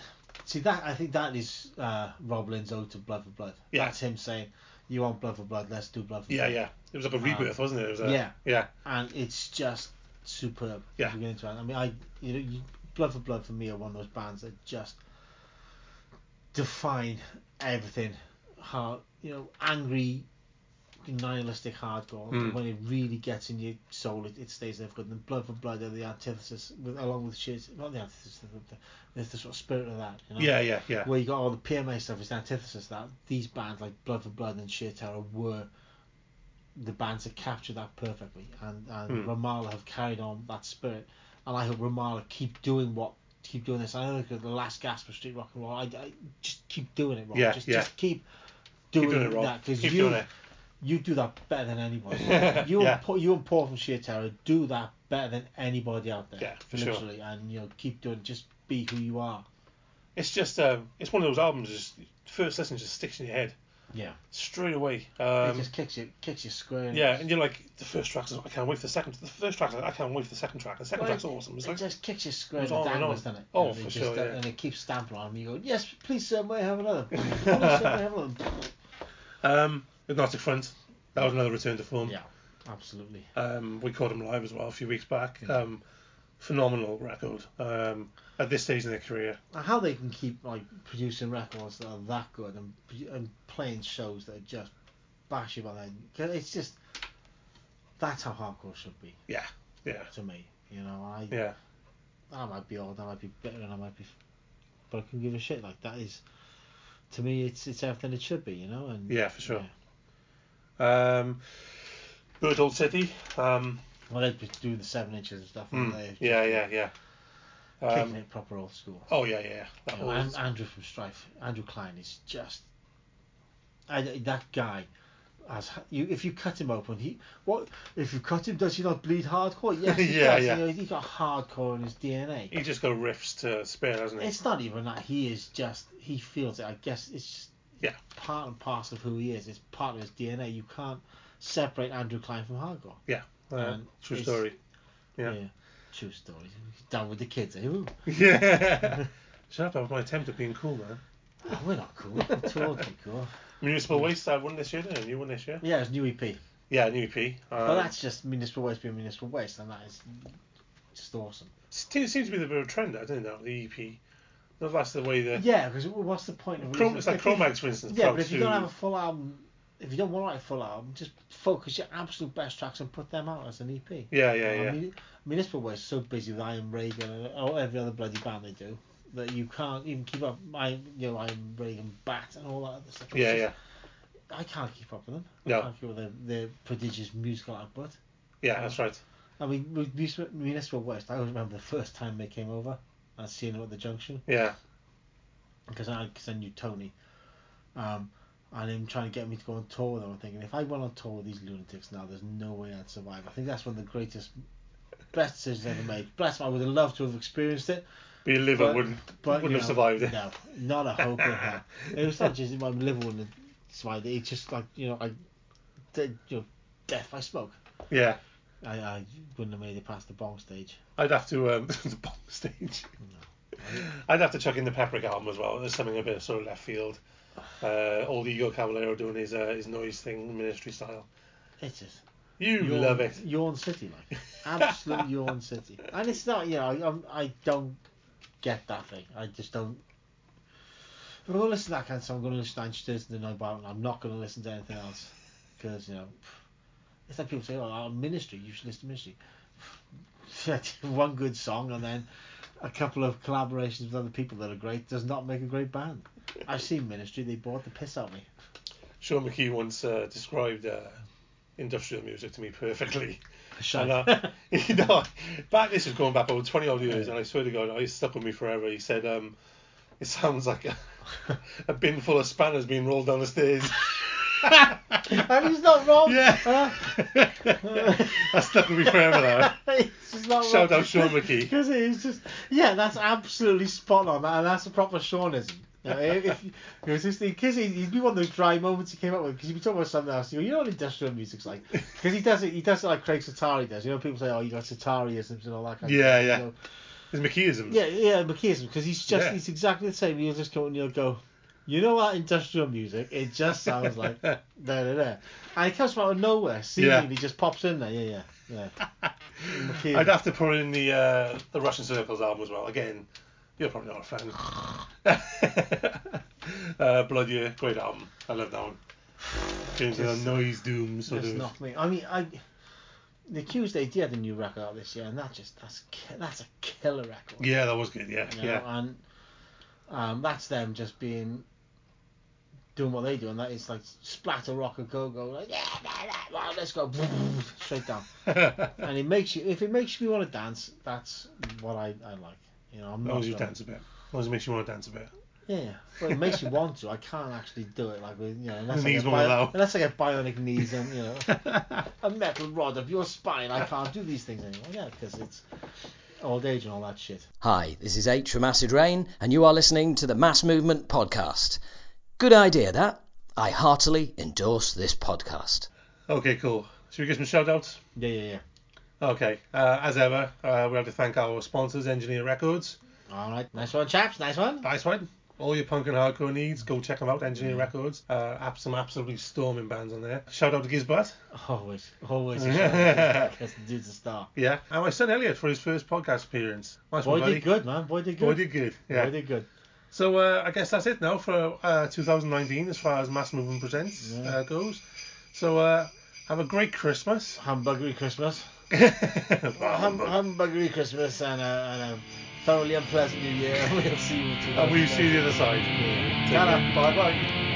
B: see that I think that is uh, Rob Lynn's ode to Blood for Blood.
A: Yeah.
B: That's him saying, "You want Blood for Blood? Let's do Blood for
A: yeah,
B: Blood."
A: yeah. It was like a rebirth, wasn't it? It was a,
B: yeah.
A: yeah,
B: And it's just superb. from
A: Yeah.
B: beginning to end. I mean, I you know, you, Blood for Blood for me are one of those bands that just define everything. Hard, you know, angry, nihilistic hardcore.
A: Mm.
B: But when it really gets in your soul, it, it stays there for good. And Blood for Blood are the antithesis, with, along with Shears, not the antithesis, the, the, there's the sort of spirit of that. You know?
A: yeah, yeah, yeah.
B: where you got all the PMA stuff is the antithesis that these bands like Blood for Blood and Sheer Terror were the bands that captured that perfectly and, and
A: Hmm.
B: Ramallah have carried on that spirit and I hope Ramallah keep doing what keep doing this I know they're the last gasp of street rock and roll I, I just keep doing it Rob
A: Yeah,
B: just,
A: yeah.
B: just keep doing,
A: Keep doing it, Rob.
B: that because
A: Keep
B: you
A: doing it.
B: you do that better than anyone you
A: Yeah.
B: and Paul, you and Paul from Sheer Terror do that better than anybody out there
A: Yeah, for sure.
B: literally and you know keep doing it just be who you are
A: It's just, um, it's one of those albums. Just first listen, just sticks in your head
B: yeah
A: straight away.
B: it
A: Um,
B: just kicks you, kicks you square. in.
A: yeah, and you're like the first track. I can't wait for the second. The first track. I can't wait for the second track. The second
B: Well,
A: track's awesome. It's
B: It
A: like,
B: just kicks you square
A: Goes
B: in the
A: on and
B: dangles,
A: on.
B: doesn't it?
A: Oh,
B: and it
A: for
B: just,
A: sure,
B: uh,
A: yeah.
B: And it keeps stamping on him. You go, yes, please, sir, may I have another? please, sir, may I have another?
A: um, Hypnotic Front. That was another return to form.
B: Yeah, absolutely.
A: Um, we caught them live as well a few weeks back. Um, phenomenal record. Um, at this stage in their career,
B: And how they can keep like producing records that are that good and produ- and playing shows that are just bash you by then, 'cause it's just that's how hardcore should be
A: yeah, yeah,
B: to me. You know, I
A: yeah,
B: I might be old, I might be bitter, and I might be, but I can give a shit. Like that is, to me, it's it's everything it should be. You know, and
A: yeah, for sure. Um, Bird Old City. Um,
B: Well, they would do the seven inches and stuff, and
A: mm,
B: they
A: yeah, yeah, yeah.
B: kicking
A: Um,
B: it proper old school.
A: oh yeah, yeah. That
B: You know,
A: was,
B: and Andrew from Strife, Andrew Klein is just I, that guy. Has you if you cut him open, he what if you cut him? Does he not bleed hardcore? Yes, he
A: Yeah,
B: does.
A: yeah.
B: You know, he's got hardcore in his DNA.
A: he just got riffs to spare, hasn't he?
B: It's not even that he is just he feels it. I guess it's just
A: Yeah.
B: part and parcel of who he is. It's part of his DNA. You can't separate Andrew Klein from hardcore.
A: Uh,
B: and
A: true
B: it's-
A: story. Yeah.
B: True story. Down with the kids. eh? Ooh.
A: Yeah. Shut up! That was my attempt at being cool, man.
B: Oh, we're not cool. We're too old to be cool.
A: Municipal Waste. I won this year, didn't I? You won this year.
B: Yeah, it's new E EP.
A: Mm. Yeah, new EP. Um,
B: but that's just municipal waste being municipal waste, and that is just awesome.
A: It seems to be the bit of a trend, I don't know, the EP. No, That's the way that.
B: Yeah, because what's the point of
A: Chrome, it's like
B: if you-
A: Chromax, for instance.
B: Yeah, but
A: folks
B: if you
A: who-
B: don't have a full album, if you don't want to write a full album, just focus your absolute best tracks and put them out as an EP.
A: Yeah, yeah,
B: I
A: yeah.
B: mean, um, municipal waste is so busy with Iron Reagan and all every other bloody band they do that you can't even keep up. My, you know, Iron Reagan Bat and all that other stuff. It's
A: yeah,
B: just-
A: yeah,
B: I can't keep up with them.
A: No.
B: I can't keep up with their, their prodigious musical output.
A: yeah, that's right.
B: I mean, with Mus- Municipal West, I always remember the first time they came over and seeing them at the junction
A: Yeah,
B: because I, cause I knew Tony. Um, and him trying to get me to go on tour with them. I'm thinking, if I went on tour with these lunatics now, there's no way I'd survive. I think that's one of the greatest, best decisions ever made. Bless me, I would have loved to have experienced it.
A: but your liver
B: But-
A: wouldn't
B: But,
A: wouldn't
B: you
A: have
B: know,
A: survived it.
B: No, not a hope in hell. It was not just my liver wouldn't have survived it. It's just like, you know, I did, you know, death by smoke.
A: Yeah,
B: I, I wouldn't have made it past the bomb stage.
A: I'd have to um, the bomb stage. I'd have to chuck in the Paprika album as well. There's something a bit sort of left field. Uh, old Ego Caballero doing his uh, his noise thing, Ministry style.
B: It's just
A: You
B: Yawn-
A: love it.
B: Yawn City, like absolute Yawn City, and it's not. You know, I, I'm- I don't get that thing. I just don't. If I'm gonna listen to that kind of song, I'm gonna listen to Einstein's and Barton. I'm not gonna listen to anything else because you know, it's like people say, "Oh, our Ministry, you should listen to Ministry." One good song and then a couple of collaborations with other people that are great does not make a great band. I've seen Ministry; they bought the piss out of me.
A: Sean McKee once uh, described uh, industrial music to me perfectly.
B: Shite.
A: And, uh, you know, back this is going back over 20 odd years, and I swear to God, it stuck with me forever. He said, um, "It sounds like a, a bin full of spanners being rolled down the stairs."
B: and he's not wrong. Uh,
A: Yeah.
B: Huh?
A: that stuck with me forever. That.
B: It's just not
A: Shout
B: right.
A: out Sean McKee.
B: Because it is just, yeah, that's absolutely spot on, and that's a proper Seanism. No, if, if you was just because he, he'd be one of those dry moments he came up with because he'd be talking about something else. You go, you know what industrial music's like because he does it. He does it like Craig Satari does. You know people say oh you got Satariisms and all that kind
A: Yeah,
B: of
A: yeah.
B: stuff. you know.
A: His McKeeisms.
B: Yeah, yeah, McKeeism because he's just
A: Yeah.
B: he's exactly the same. He'll just come and he'll go. You know what industrial music? It just sounds like da da da, and it comes from out of nowhere. Seemingly he just pops in there. Yeah, yeah, yeah. McKeism.
A: I'd have to put in the uh, the Russian Circles album as well. Again, you're probably not a fan. uh, Blood Year, great album. I love that one. James
B: Yes.
A: yes. Noise Doom sort
B: That's
A: of.
B: not me. I mean, I the Accused AD had a new record out this year, and that just that's ki- that's a killer record.
A: Yeah, that was good. Yeah,
B: you know,
A: yeah.
B: And um, that's them just being doing what they do, and that is like splatter rock a go go, like yeah, yeah, yeah, well, let's go straight down.
A: as
B: And it makes you if it makes you want to dance, that's what I, I like. You know, I'm not.
A: long as you
B: gonna-
A: dance a bit. As long as it makes you want to dance a bit.
B: Yeah, yeah. Well, it makes you want to. I can't actually do it like with you know unless
A: Knees
B: I get
A: won't
B: bio-
A: allow.
B: unless I get bionic knees and you know a metal rod up your spine. I can't do these things anymore. Yeah, because it's old age and all that shit.
E: Hi, this is H from Acid Rain, and you are listening to the Mass Movement Podcast. Good idea, that. I heartily endorse this podcast.
A: Okay, cool. Should we get some shout outs?
B: Yeah, yeah, yeah.
A: Okay. Uh, as ever, uh, we have to thank our sponsors, Engineer Records.
B: All right, nice one, chaps. Nice one.
A: Nice one. All your punk and hardcore needs, go check them out,
B: Mm.
A: Engineer Records. Uh, ab- some absolutely storming bands on there. Shout out to Gizbat.
B: Always, always. Because the dude's a star.
A: Yeah. And my son Elliot for his first podcast appearance. Nice
B: Boy
A: one, buddy.
B: did good, man. Boy did good.
A: Boy did good. Yeah.
B: Boy did good.
A: So uh, I guess that's it now for uh, 2019 as far as Mass Movement Presents
B: Yeah.
A: uh, goes. So uh, have a great Christmas.
B: Humbuggery Christmas.
A: Bah,
B: Hum-
A: Oh, humbug.
B: humbuggery Christmas and a, and a
A: Uh,
B: thoroughly unpleasant New Year. we'll see you.
A: and we see you the other side.
B: Bye bye.